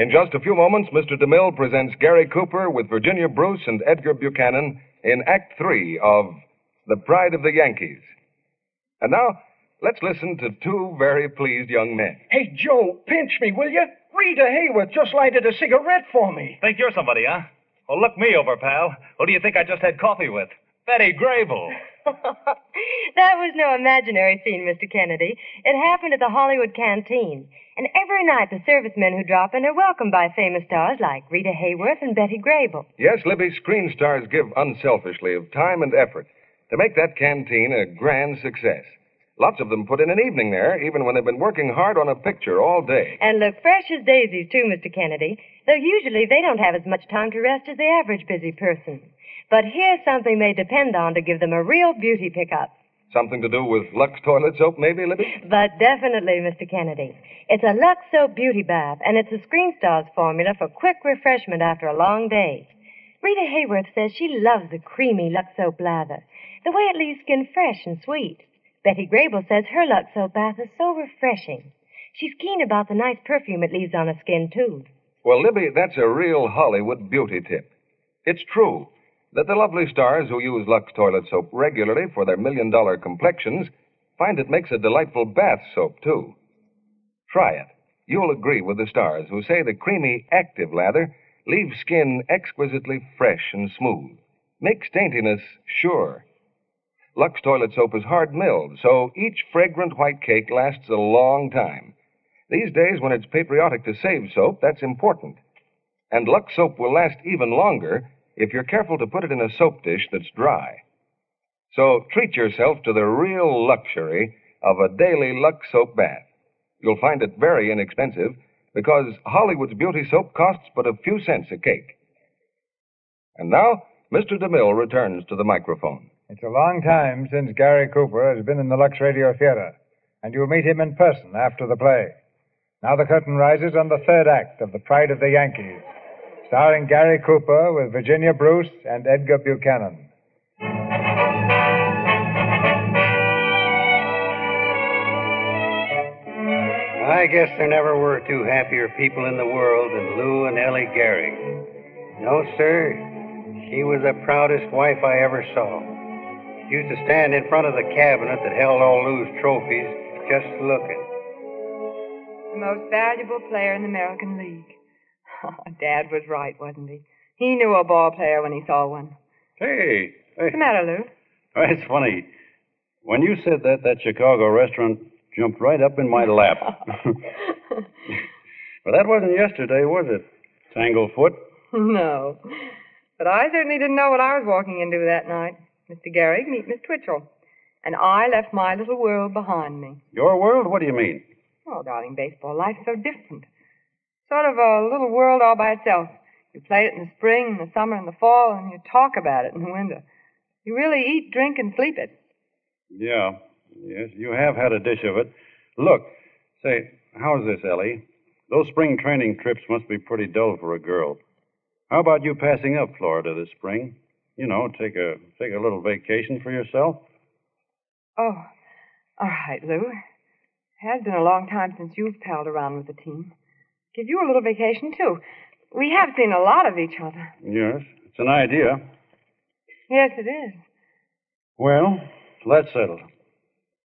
Speaker 2: In just a few moments, Mr. DeMille presents Gary Cooper with Virginia Bruce and Edgar Buchanan in Act Three of The Pride of the Yankees. And now, let's listen to two very pleased young men.
Speaker 9: <laughs> Hey, Joe, pinch me, will you? Rita Hayworth just lighted a cigarette for me.
Speaker 12: Think you're somebody, huh? Well, look me over, pal. Who do you think I just had coffee with? Betty Grable.
Speaker 31: That was no imaginary scene, Mr. Kennedy. It happened at the Hollywood Canteen. And every night the servicemen who drop in are welcomed by famous stars like Rita Hayworth and Betty Grable.
Speaker 2: Yes, Libby, screen stars give unselfishly of time and effort to make that canteen a grand success. Lots of them put in an evening there, even when they've been working hard on a picture all day.
Speaker 31: And look fresh as daisies, too, Mr. Kennedy. Though usually they don't have as much time to rest as the average busy person. But here's something they depend on to give them a real beauty pickup.
Speaker 2: Something to do with Lux toilet soap, maybe, Libby?
Speaker 31: But definitely, Mr. Kennedy. It's a Lux Soap Beauty Bath, and it's a Screen Stars formula for quick refreshment after a long day. Rita Hayworth says she loves the creamy Lux Soap lather, the way it leaves skin fresh and sweet. Betty Grable says her Lux Soap bath is so refreshing. She's keen about the nice perfume it leaves on her skin, too.
Speaker 2: Well, Libby, that's a real Hollywood beauty tip. It's true that the lovely stars who use Lux toilet soap regularly for their million dollar complexions find it makes a delightful bath soap, too. Try it. You'll agree with the stars who say the creamy, active lather leaves skin exquisitely fresh and smooth, makes daintiness sure. Lux toilet soap is hard milled, so each fragrant white cake lasts a long time. These days, when it's patriotic to save soap, that's important. And Lux soap will last even longer if you're careful to put it in a soap dish that's dry. So treat yourself to the real luxury of a daily Lux soap bath. You'll find it very inexpensive because Hollywood's beauty soap costs but a few cents a cake. And now, Mr. DeMille returns to the microphone.
Speaker 3: It's a long time since Gary Cooper has been in the Lux Radio Theater, and you'll meet him in person after the play. Now the curtain rises on the third act of The Pride of the Yankees, starring Gary Cooper with Virginia Bruce and Edgar Buchanan.
Speaker 5: I guess there never were two happier people in the world than Lou and Ellie Gehrig. No, sir, she was the proudest wife I ever saw. She used to stand in front of the cabinet that held all Lou's trophies, just looking.
Speaker 7: The most valuable player in the American League. <laughs> Dad was right, wasn't he? He knew a ball player when he saw one.
Speaker 8: <laughs> Hey,
Speaker 7: What's the matter, Lou? <laughs>
Speaker 8: Well, Oh, It's funny. When you said that, that Chicago restaurant jumped right up in my lap. well, that wasn't yesterday, was it? Tanglefoot?
Speaker 7: No. But I certainly didn't know what I was walking into that night. Mr. Gehrig, meet Miss Twitchell. And I left my little world behind me.
Speaker 8: Your world? What do you mean?
Speaker 7: Oh, darling, baseball life's so different. Sort of a little world all by itself. You play it in the spring, and the summer, and the fall, and you talk about it in the winter. You really eat, drink, and sleep it.
Speaker 8: Yeah. Yes, you have had a dish of it. Look, say, how's this, Ellie? Those spring training trips must be pretty dull for a girl. How about you passing up Florida this spring? You know, take a take a little vacation for yourself.
Speaker 7: Oh, all right, Lou. It has been a long time since you've palled around with the team. Give you a little vacation, too. We have seen a lot of each other.
Speaker 8: Yes, it's an idea.
Speaker 7: Yes, it is.
Speaker 8: Well, that's settled.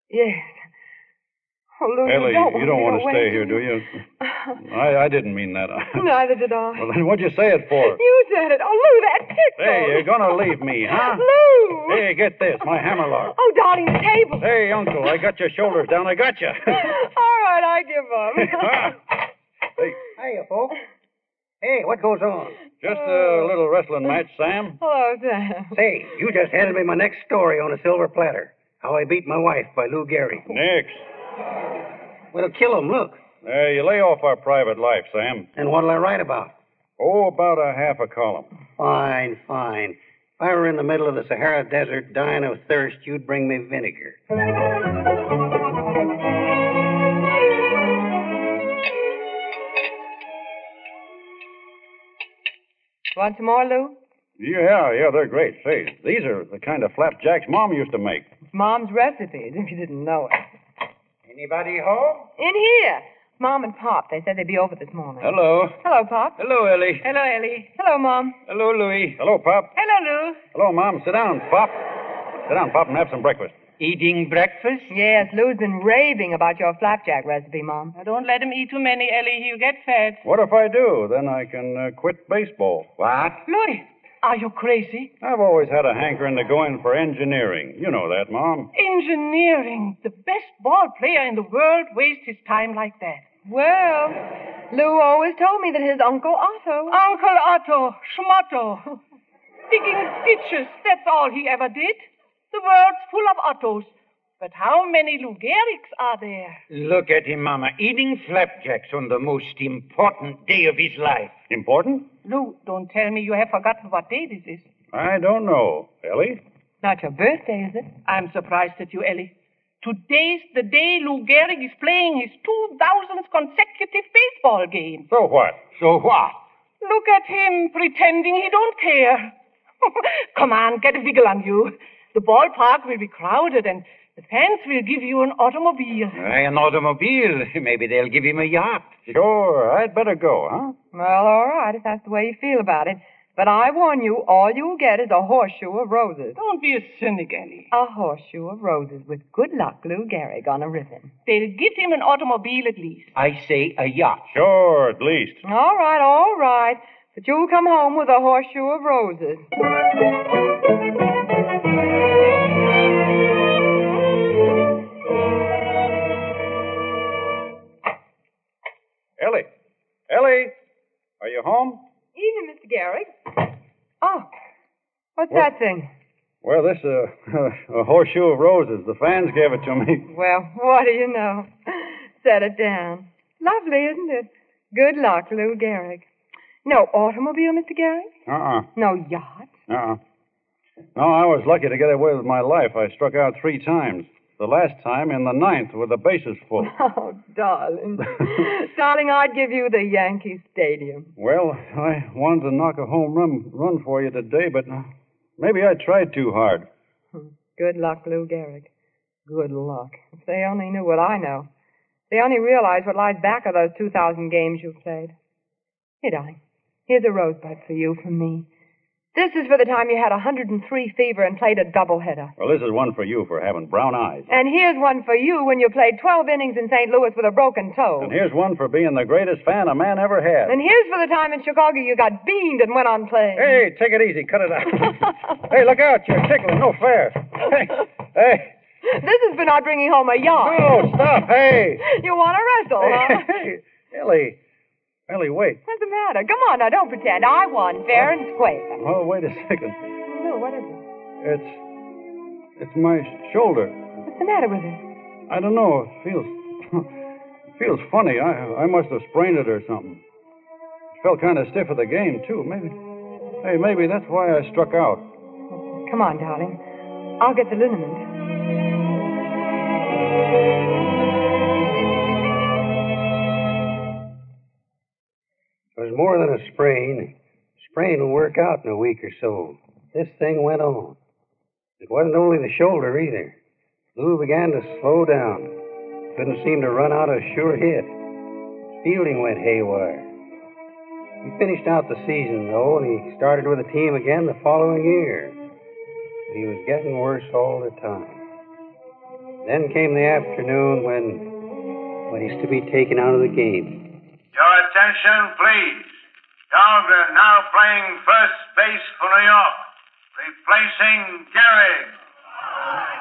Speaker 7: Yes. Oh, Lou,
Speaker 8: Ellie,
Speaker 7: you don't,
Speaker 8: you don't
Speaker 7: want
Speaker 8: want
Speaker 7: me
Speaker 8: to stay here, do you? I, I didn't mean that. <laughs>
Speaker 7: <laughs> Neither did I.
Speaker 8: well, then what'd you say it <laughs> for?
Speaker 7: You said it. Oh, Lou, that pickle.
Speaker 8: Hey, you're gonna leave <laughs> me, huh?
Speaker 7: Lou!
Speaker 8: Hey, get this, my hammerlock.
Speaker 7: Oh, darling, the table.
Speaker 8: Hey,
Speaker 7: <laughs>
Speaker 8: Uncle, I got your shoulders down. I <laughs> got you.
Speaker 7: All right, I give up.
Speaker 8: <laughs>
Speaker 5: Hiya, folks. Hey, what goes on?
Speaker 8: Just uh, a little wrestling match, Sam.
Speaker 7: Hello, Sam.
Speaker 5: Say, you just handed me my next story on a silver platter. How I Beat My Wife by Lou Gehrig.
Speaker 8: Next.
Speaker 5: Well, kill him, look.
Speaker 8: Uh, you lay off our private life, Sam.
Speaker 5: And what'll I write about?
Speaker 8: Oh, about a half a column.
Speaker 5: Fine, fine. If I were in the middle of the Sahara Desert dying of thirst, you'd bring me vinegar.
Speaker 7: Want some more, Lou?
Speaker 8: Yeah, yeah, they're great. Say, these are the kind of flapjacks Mom used to make.
Speaker 7: It's Mom's recipes, if you didn't know it.
Speaker 5: Anybody home?
Speaker 7: In here. Mom and Pop, they said they'd be over this morning.
Speaker 8: Hello.
Speaker 7: Hello, Pop.
Speaker 8: Hello, Ellie.
Speaker 7: Hello, Ellie. Hello, Mom.
Speaker 8: Hello, Louie. Hello, Pop.
Speaker 7: Hello, Lou.
Speaker 8: Hello, Mom. Sit down, Pop. Sit down, Pop, and have some breakfast. Eating breakfast?
Speaker 7: Yes, Lou's been raving about your flapjack recipe, Mom.
Speaker 4: Now, don't let him eat too many, Ellie. He'll get fat.
Speaker 8: What if I do? Then I can uh, quit baseball. What?
Speaker 4: Louis, are you crazy?
Speaker 8: I've always had a hankering to go in for engineering. You know that, Mom.
Speaker 4: Engineering. The best ball player in the world wastes his time like that.
Speaker 7: Well, Lou always told me that his Uncle Otto.
Speaker 4: Uncle Otto, Schmotto. Digging ditches, that's all he ever did. The world's full of Ottos. But how many Lou Gehrigs are there?
Speaker 11: Look at him, Mama, eating flapjacks on the most important day of his life.
Speaker 8: Important?
Speaker 4: Lou, don't tell me you have forgotten what day this is.
Speaker 8: I don't know. Ellie?
Speaker 7: Not your birthday, is it?
Speaker 4: I'm surprised at you, Ellie. Today's the day Lou Gehrig is playing his 2,000th consecutive baseball game.
Speaker 8: So what?
Speaker 11: So what?
Speaker 4: Look at him pretending he don't care. <laughs> Come on, get a wiggle on you. The ballpark will be crowded and the fans will give you an automobile.
Speaker 11: Why, an automobile. <laughs> Maybe they'll give him a yacht.
Speaker 8: Sure, I'd better go, huh?
Speaker 7: Well, all right, if that's the way you feel about it. But I warn you, all you'll get is a horseshoe of roses.
Speaker 4: Don't be a cynic, Ellie.
Speaker 7: A horseshoe of roses with good luck, Lou Gehrig, on a ribbon.
Speaker 4: They'll get him an automobile at least.
Speaker 11: I say a yacht.
Speaker 8: Sure, at least.
Speaker 7: All right, all right. But you'll come home with a horseshoe of roses.
Speaker 8: Ellie? Ellie? Are you home?
Speaker 7: Evening, Mr. Gehrig. Oh, what's
Speaker 8: What?
Speaker 7: that thing?
Speaker 8: Well, this, uh, <laughs> a horseshoe of roses. The fans gave it to me.
Speaker 7: Well, what do you know? Set it down. Lovely, isn't it? Good luck, Lou Gehrig. No automobile, Mr. Gehrig?
Speaker 8: <laughs> Uh-uh.
Speaker 7: No yacht?
Speaker 8: Uh-uh. No, I was lucky to get away with my life. I struck out three times. The last time in the ninth with the bases
Speaker 4: <laughs>
Speaker 8: full.
Speaker 7: Oh, darling. darling, I'd give you the Yankee Stadium.
Speaker 8: well, I wanted to knock a home run, run for you today, but maybe I tried too hard.
Speaker 7: Good luck, Lou Gehrig. Good luck. If they only knew what I know. If They only realize what lies back of those 2,000 games you've played. Here, darling. Here's a rosebud for you from me. This is for the time you had 103 fever and played a doubleheader.
Speaker 8: Well, this is one for you for having brown eyes.
Speaker 7: And here's one for you when you played 12 innings in St. Louis with a broken toe.
Speaker 8: And here's one for being the greatest fan a man ever had.
Speaker 7: And here's for the time in Chicago you got beamed and went on playing.
Speaker 8: Hey, take it easy. Cut it out. hey, look out. You're tickling. No fair. Hey, hey.
Speaker 7: This is for not bringing home a yacht.
Speaker 8: No, stop. Hey.
Speaker 7: You want to wrestle, huh?
Speaker 8: Hey, Ellie. Ellie, wait.
Speaker 7: What's the matter? Come on now, don't pretend. I won fair and square.
Speaker 8: Oh, wait a second.
Speaker 7: Lou, what is it?
Speaker 8: It's. It's my shoulder.
Speaker 7: What's the matter with it?
Speaker 8: I don't know. It feels. <laughs> it feels funny. I, I must have sprained it or something. It felt kind of stiff at the game, too. Maybe. Hey, maybe that's why I struck out.
Speaker 7: Come on, darling. I'll get the liniment.
Speaker 5: It was more than a sprain. Sprain will work out in a week or so. This thing went on. It wasn't only the shoulder either. Lou began to slow down. Couldn't seem to run out a sure hit. Fielding went haywire. He finished out the season, though, and he started with the team again the following year. But he was getting worse all the time. Then came the afternoon when when he's to be taken out of the game.
Speaker 3: Your attention, please. Dogger now playing first base for New York, replacing Gehrig.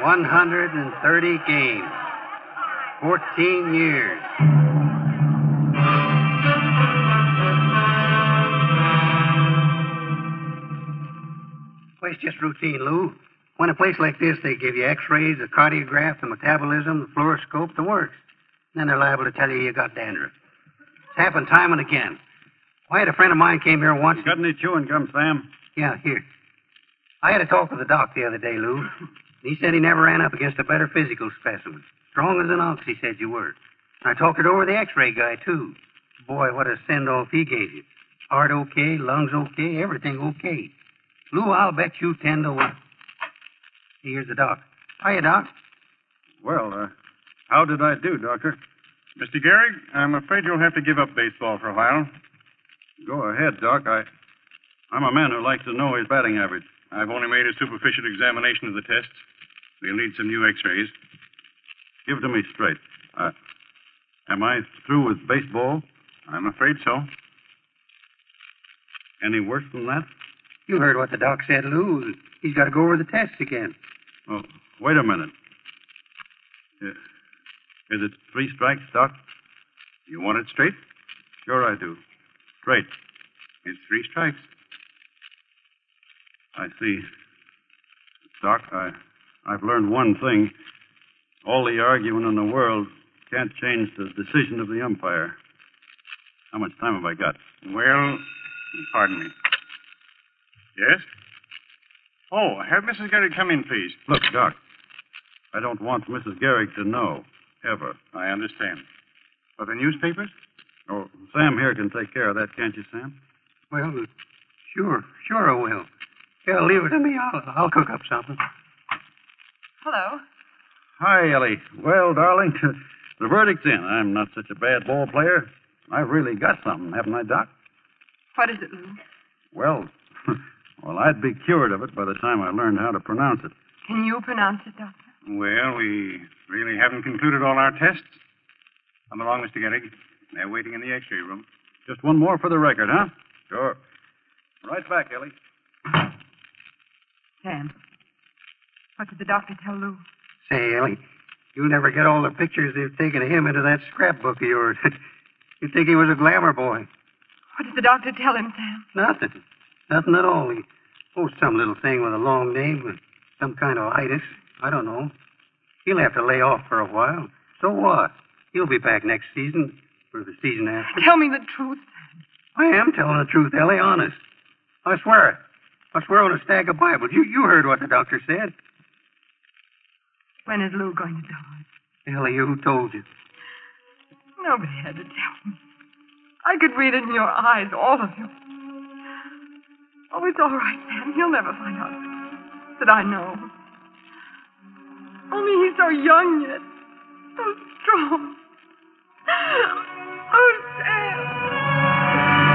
Speaker 5: 2,130 games. 14 years. Well, it's just routine, Lou. When a place like this, they give you x-rays, the cardiograph, the metabolism, the fluoroscope, the works. Then they're liable to tell you you got dandruff. It's happened time and again. Why, a friend of mine came here once.
Speaker 8: Got any chewing gum, Sam?
Speaker 5: Yeah, here. I had a talk with the doc the other day, Lou. He said he never ran up against a better physical specimen. Strong as an ox, he said you were. I talked it over with the x-ray guy, too. Boy, what a send-off he gave you. Heart okay, lungs okay, everything okay. Lou, I'll bet you ten to one. Hey, Here's the doc. Hiya, Doc.
Speaker 32: Well, uh, how did I do, Doctor?
Speaker 8: Mr. Gehrig, I'm afraid you'll have to give up baseball for a while. Go ahead, Doc. I, I'm a man who likes to know his batting average. I've only made a superficial examination of the tests. We'll need some new x-rays. Give it to me straight. Uh, am I through with baseball? I'm afraid so. Any worse than that?
Speaker 5: You heard what the doc said, Lou. He's got to go over the tests again.
Speaker 8: Oh, wait a minute. Uh, Is it three strikes, Doc? You want it straight? Sure, I do. Straight. It's three strikes. I see. Doc, I, I've learned one thing. All the arguing in the world can't change the decision of the umpire. How much time have I got?
Speaker 32: Well, pardon me. Yes? Oh, have Mrs. Gehrig come in, please.
Speaker 8: Look, Doc, I don't want Mrs. Garrick to know, ever.
Speaker 32: I understand. For the newspapers?
Speaker 8: Oh, Sam here can take care of that, can't you, Sam?
Speaker 5: Well, sure, sure I will. Yeah, leave it to me. I'll, I'll cook up something.
Speaker 7: Hello.
Speaker 8: Hi, Ellie. Well, darling, <laughs> the verdict's in. I'm not such a bad ball player. I've really got something, haven't I, Doc?
Speaker 7: What is it, Lou?
Speaker 8: Well, <laughs> well, I'd be cured of it by the time I learned how to pronounce it.
Speaker 7: Can you pronounce it, Doctor?
Speaker 32: Well, we really haven't concluded all our tests. Come along, Mr. Gehrig. They're waiting in the x-ray room.
Speaker 8: Just one more for the record, huh? Sure. Right back, Ellie.
Speaker 7: Sam. What did the doctor tell Lou?
Speaker 5: Say, Ellie, you'll never get all the pictures they've taken of him into that scrapbook of yours. <laughs> You'd think he was a glamour boy.
Speaker 7: What did the doctor tell him, Sam?
Speaker 5: Nothing. Nothing at all. He, oh, some little thing with a long name, with some kind of itis. I don't know. He'll have to lay off for a while. So what? He'll be back next season, or the season after.
Speaker 7: Tell me the truth.
Speaker 5: I am telling the truth, Ellie, honest. I swear it. I swear on a stack of Bibles. You, you heard what the doctor said.
Speaker 7: When is Lou going to die?
Speaker 5: Ellie, who told you?
Speaker 7: Nobody had to tell me. I could read it in your eyes, all of you. Oh, it's all right, Sam. He'll never find out that I know. Only he's so young yet, so strong. Oh, Sam.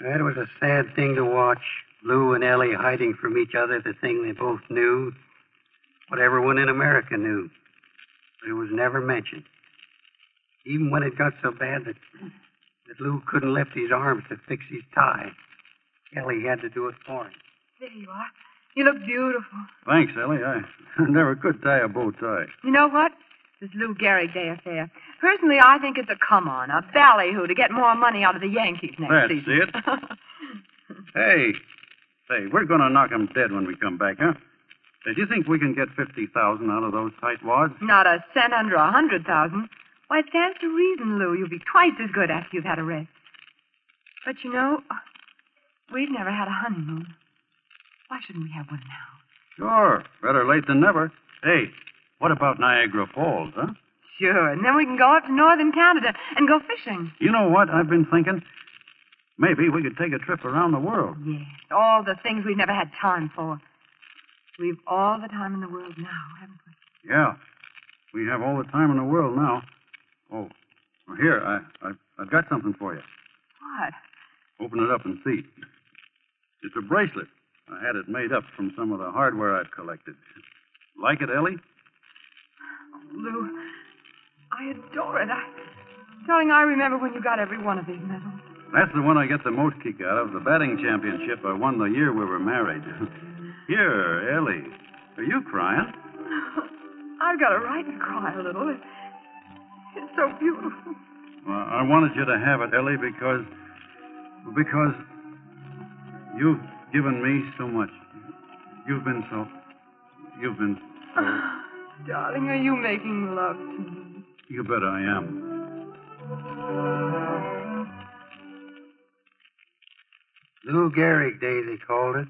Speaker 5: That was a sad thing to watch. Lou and Ellie hiding from each other the thing they both knew, what everyone in America knew. But it was never mentioned. Even when it got so bad that, that Lou couldn't lift his arms to fix his tie, Ellie had to do it for him.
Speaker 7: There you are. You look beautiful.
Speaker 8: Thanks, Ellie. I <laughs> never could tie a bow tie.
Speaker 7: You know what? This Lou Gehrig Day affair. Personally, I think it's a come on, a ballyhoo to get more money out of the Yankees next
Speaker 8: That's
Speaker 7: season.
Speaker 8: it. hey, hey, we're going to knock 'em dead when we come back, huh? Did you think we can get 50000 out of those tightwads?
Speaker 7: Not a cent under a hundred thousand. Why, it stands to reason, Lou. You'll be twice as good after you've had a rest. But you know, we've never had a honeymoon. Why shouldn't we have one now?
Speaker 8: Sure. Better late than never. Hey, what about Niagara Falls, huh?
Speaker 7: Sure. And then we can go up to northern Canada and go fishing.
Speaker 8: You know what I've been thinking? Maybe we could take a trip around the world.
Speaker 7: Yes, all the things we've never had time for. We've all the time in the world now, haven't we?
Speaker 8: Yeah. We have all the time in the world now. Oh, well, here, I, I, I've got something for you.
Speaker 7: What?
Speaker 8: Open it up and see. It's a bracelet. I had it made up from some of the hardware I've collected. Like it, Ellie?
Speaker 7: Lou, I adore it. I, darling, I remember when you got every one of these medals. <laughs>
Speaker 8: That's the one I get the most kick out of. The batting championship I won the year we were married. <laughs> Here, Ellie. Are you crying?
Speaker 7: I've got a right to cry a little. It- It's so beautiful.
Speaker 8: Well, I wanted you to have it, Ellie, because. because. you've given me so much. You've been so. You've been.
Speaker 7: Darling, are you making love to me?
Speaker 8: You bet I am.
Speaker 5: Lou Gehrig Day, they called it.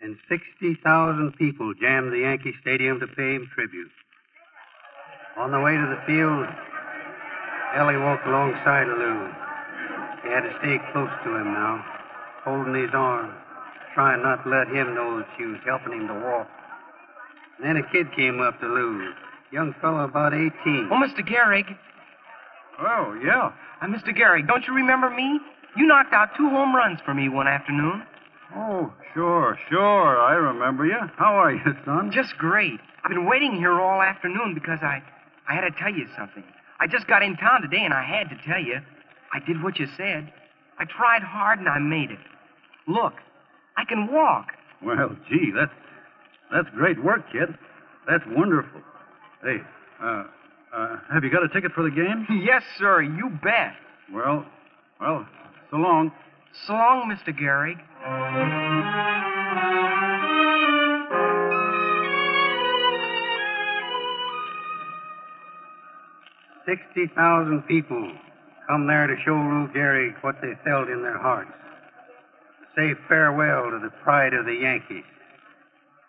Speaker 5: And 60,000 people jammed the Yankee Stadium to pay him tribute. On the way to the field, Ellie walked alongside of Lou. She had to stay close to him now, holding his arm, trying not to let him know that she was helping him to walk. And then a kid came up to Lou, young fellow about 18.
Speaker 13: Oh, Mr. Gehrig.
Speaker 8: Oh, yeah.
Speaker 13: Uh, Mr. Gehrig, don't you remember me? You knocked out two home runs for me one afternoon.
Speaker 8: Oh, sure, sure. I remember you. How are you, son?
Speaker 13: Just great. I've been waiting here all afternoon because I, I had to tell you something. I just got in town today and I had to tell you. I did what you said. I tried hard and I made it. Look, I can walk.
Speaker 8: Well, gee, that's that's great work, kid. That's wonderful. Hey, uh, uh, have you got a ticket for the game?
Speaker 13: <laughs> yes, sir. You bet.
Speaker 8: Well, well, so long.
Speaker 13: So long, Mr. Gehrig.
Speaker 5: Sixty thousand people come there to show Lou Gehrig what they felt in their hearts. To say farewell to the pride of the Yankees.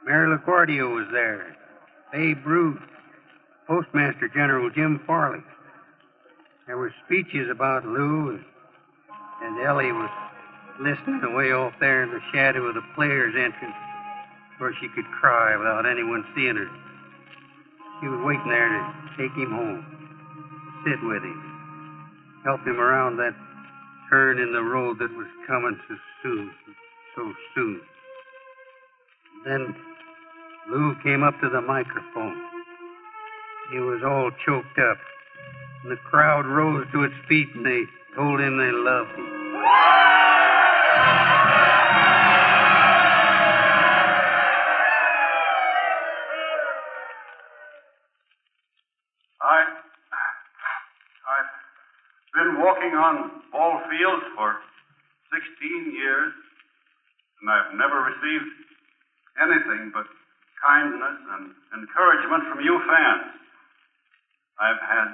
Speaker 5: Mary LaGuardia was there, Babe Ruth, Postmaster General Jim Farley. There were speeches about Lou, and, and Ellie was listening away off there in the shadow of the players' entrance, where she could cry without anyone seeing her. She was waiting there to take him home, sit with him help him around that turn in the road that was coming so soon, so soon. Then Lou came up to the microphone. He was all choked up. And the crowd rose to its feet and they told him they loved him.
Speaker 14: I, I've been walking on ball fields for 16 years, and I've never received anything but kindness and encouragement from you fans. I've had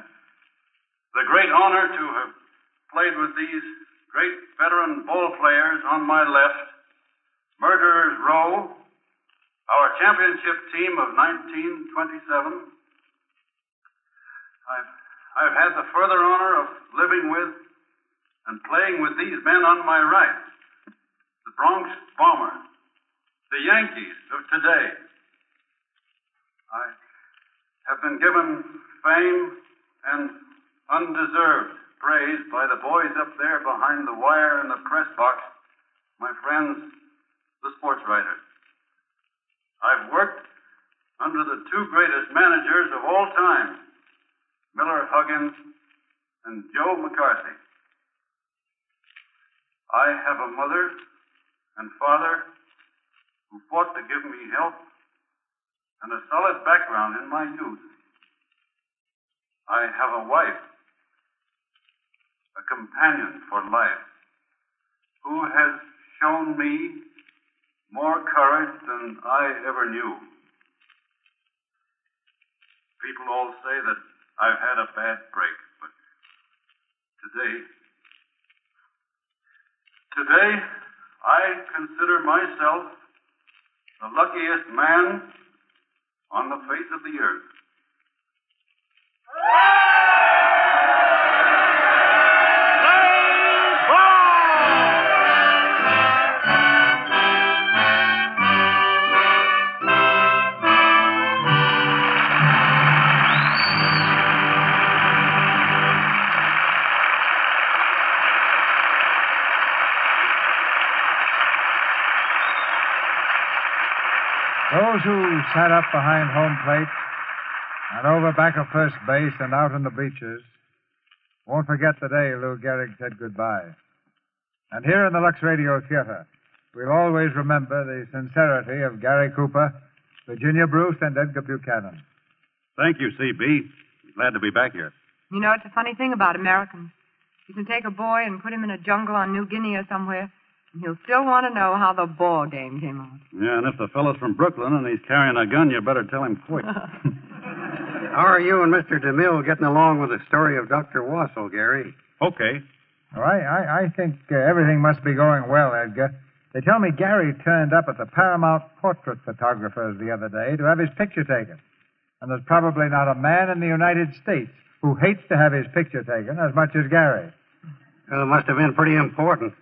Speaker 14: the great honor to have played with these great veteran ball players on my left, Murderers Row, our championship team of 1927. I've, I've had the further honor of living with and playing with these men on my right the Bronx Bombers, the Yankees of today. I have been given fame and undeserved praise by the boys up there behind the wire in the press box, my friends, the sports writers. I've worked under the two greatest managers of all time, Miller Huggins, and Joe McCarthy. I have a mother and father who fought to give me help and a solid background in my youth. I have a wife, a companion for life, who has shown me more courage than I ever knew. People all say that I've had a bad break, but today Today, I consider myself the luckiest man on the face of the earth.
Speaker 3: Those who sat up behind home plate and over back of first base and out in the bleachers won't forget the day Lou Gehrig said goodbye. And here in the Lux Radio Theater, we'll always remember the sincerity of Gary Cooper, Virginia Bruce, and Edgar Buchanan.
Speaker 8: Thank you, CB. Glad to be back here.
Speaker 7: You know, it's a funny thing about Americans. You can take a boy and put him in a jungle on New Guinea or somewhere, and he'll still want to know how the ball game came on.
Speaker 8: Yeah, and if the fellow's from Brooklyn and he's carrying a gun, you better tell him quick.
Speaker 5: How are you and Mr. DeMille getting along with the story of Dr. Wassel, Gary?
Speaker 8: Okay.
Speaker 3: All right, I, I think uh, everything must be going well, Edgar. They tell me Gary turned up at the Paramount Portrait Photographers the other day to have his picture taken. And there's probably not a man in the United States who hates to have his picture taken as much as Gary.
Speaker 5: Well, it must have been pretty important.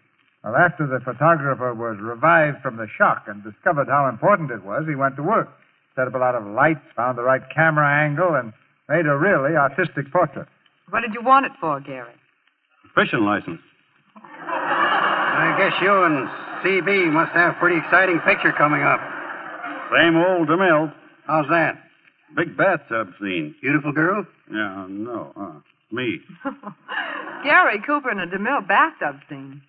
Speaker 3: Well, after the photographer was revived from the shock and discovered how important it was, he went to work, set up a lot of lights, found the right camera angle, and made a really artistic portrait.
Speaker 7: What did you want it for, Gary?
Speaker 8: Fishing license.
Speaker 5: I guess you and CB must have a pretty exciting picture coming up.
Speaker 8: Same old DeMille.
Speaker 5: How's that?
Speaker 8: Big bathtub scene.
Speaker 5: Beautiful girl?
Speaker 8: Yeah, no, uh, me.
Speaker 7: Gary Cooper and a DeMille bathtub scene.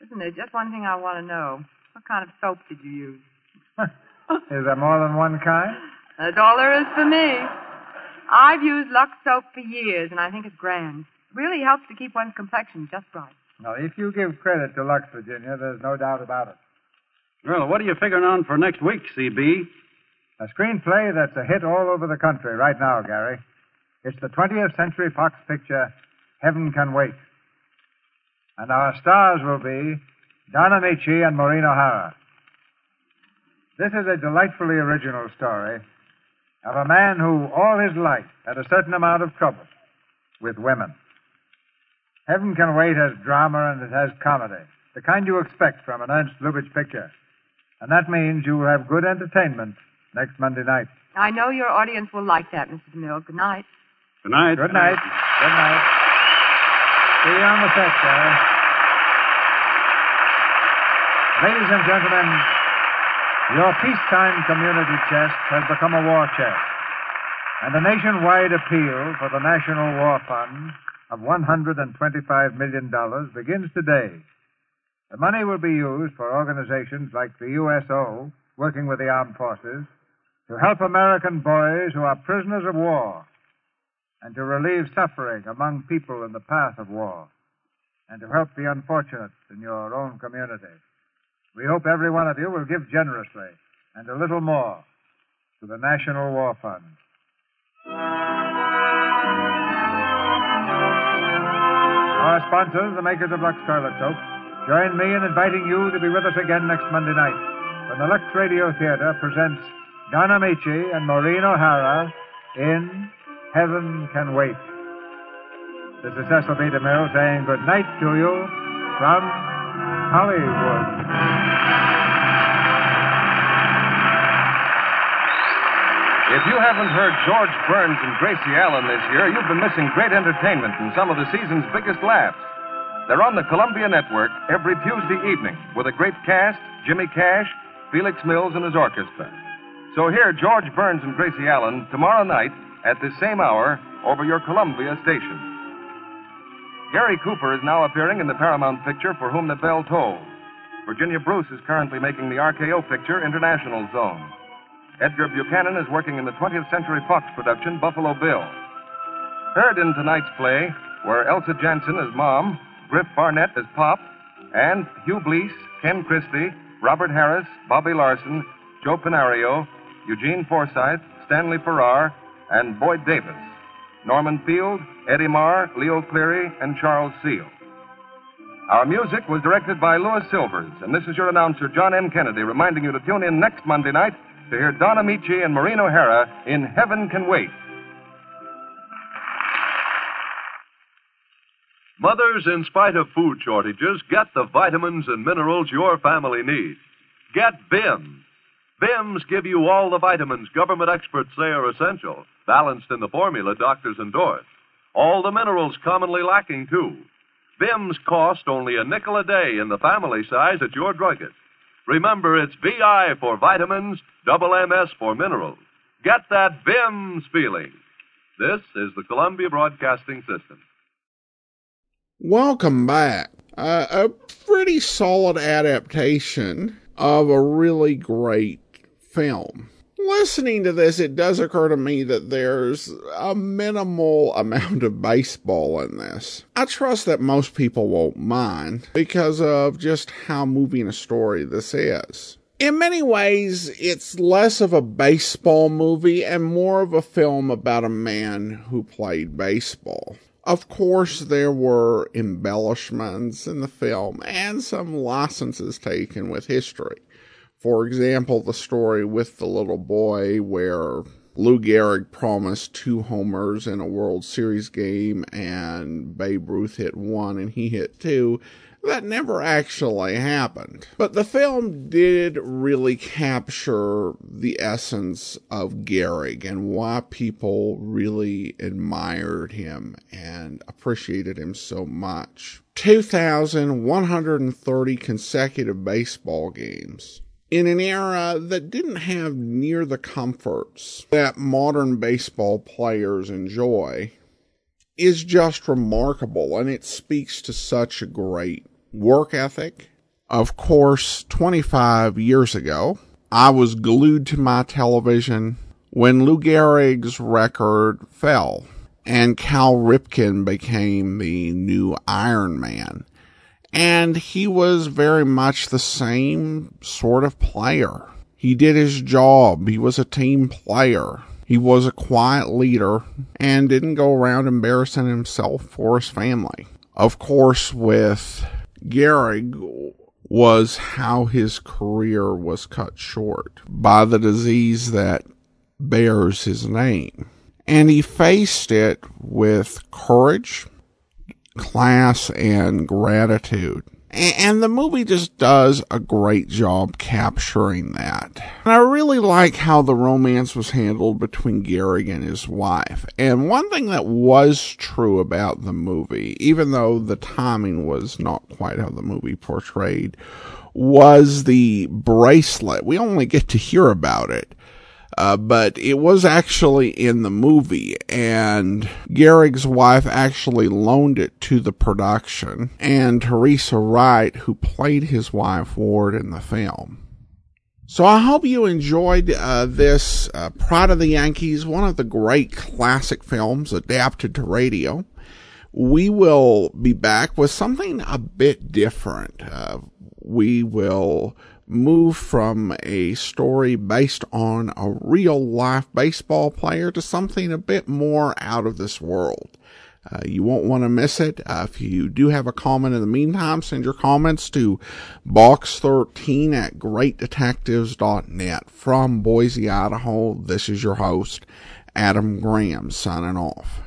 Speaker 7: Listen, there's just one thing I want to know. What kind of soap did you use?
Speaker 3: Is there more than one kind?
Speaker 7: That's all there is for me. I've used Lux soap for years, and I think it's grand. It really helps to keep one's complexion just right.
Speaker 3: Now, if you give credit to Lux, Virginia, there's no doubt about it.
Speaker 8: Well, what are you figuring on for next week, CB?
Speaker 3: A screenplay that's a hit all over the country right now, Gary. It's the 20th Century Fox picture, Heaven Can Wait. And our stars will be Donna Michi and Maureen O'Hara. This is a delightfully original story of a man who, all his life, had a certain amount of trouble with women. Heaven Can Wait has drama and it has comedy, the kind you expect from an Ernst Lubitsch picture. And that means you will have good entertainment next Monday night.
Speaker 7: I know your audience will like that, Mr. DeMille. Good night.
Speaker 8: Good night.
Speaker 3: Good night. Good night. See you on the set, Gary. Ladies and gentlemen, your peacetime community chest has become a war chest and a nationwide appeal for the National War Fund of $125 million begins today. The money will be used for organizations like the USO, working with the armed forces, to help American boys who are prisoners of war, and to relieve suffering among people in the path of war, and to help the unfortunate in your own community. We hope every one of you will give generously and a little more to the National War Fund. Our sponsors, the makers of Lux Toilet Soap, join me in inviting you to be with us again next Monday night when the Lux Radio Theater presents Donna Michi and Maureen O'Hara in Heaven Can Wait. This is Cecil B. DeMille saying good night to you from Hollywood.
Speaker 2: If you haven't heard George Burns and Gracie Allen this year, you've been missing great entertainment and some of the season's biggest laughs. They're on the Columbia Network every Tuesday evening with a great cast Jimmy Cash, Felix Mills, and his orchestra. So hear George Burns and Gracie Allen tomorrow night at the same hour over your Columbia station. Gary Cooper is now appearing in the Paramount picture For Whom the Bell Tolls. Virginia Bruce is currently making the RKO picture International Zone. Edgar Buchanan is working in the 20th Century Fox production, Buffalo Bill. Heard in tonight's play were Elsa Jansen as Mom, Griff Barnett as Pop, and Hugh Blease, Ken Christie, Robert Harris, Bobby Larson, Joe Canario, Eugene Forsythe, Stanley Farrar, and Boyd Davis. Norman Field, Eddie Marr, Leo Cleary, and Charles Seal. Our music was directed by Louis Silvers, and this is your announcer, John M. Kennedy, reminding you to tune in next Monday night to hear Don Amici and Maureen O'Hara in Heaven Can Wait.
Speaker 27: Mothers, in spite of food shortages, get the vitamins and minerals your family needs. Get BIM. BIMs give you all the vitamins government experts say are essential, balanced in the formula doctors endorse. All the minerals commonly lacking, too. BIMs cost only a nickel a day in the family size at your druggist. Remember, it's VI for vitamins, double MS for minerals. Get that BIMs feeling. This is the Columbia Broadcasting System.
Speaker 1: Welcome back. Uh, a pretty solid adaptation of a really great film. Listening to this, it does occur to me that there's a minimal <laughs> amount of baseball in this. I trust that most people won't mind because of just how moving a story this is. In many ways, it's less of a baseball movie and more of a film about a man who played baseball. Of course, there were embellishments in the film and some licenses taken with history. For example, the story with the little boy where Lou Gehrig promised two homers in a World Series game and Babe Ruth hit one and he hit two. That never actually happened. But the film did really capture the essence of Gehrig and why people really admired him and appreciated him so much. 2,130 consecutive baseball games in an era that didn't have near the comforts that modern baseball players enjoy is just remarkable and it speaks to such a great work ethic. Of course, 25 years ago, I was glued to my television when Lou Gehrig's record fell and Cal Ripken became the new Iron Man. And he was very much the same sort of player. He did his job. He was a team player. He was a quiet leader and didn't go around embarrassing himself or his family. Of course, with Gehrig was how his career was cut short by the disease that bears his name. And he faced it with courage, class, and gratitude. And the movie just does a great job capturing that. And I really like how the romance was handled between Gehrig and his wife. And one thing that was true about the movie, even though the timing was not quite how the movie portrayed, was the bracelet. We only get to hear about it. Uh, but it was actually in the movie, and Gehrig's wife actually loaned it to the production, and Teresa Wright, who played his wife Ward in the film. So I hope you enjoyed uh, this uh, Pride of the Yankees, one of the great classic films adapted to radio. We will be back with something a bit different. Uh, we will move from a story based on a real life baseball player to something a bit more out of this world. Uh, you won't want to miss it. Uh, if you do have a comment in the meantime, send your comments to box13 at greatdetectives.net. From Boise, Idaho, this is your host, Adam Graham, signing off.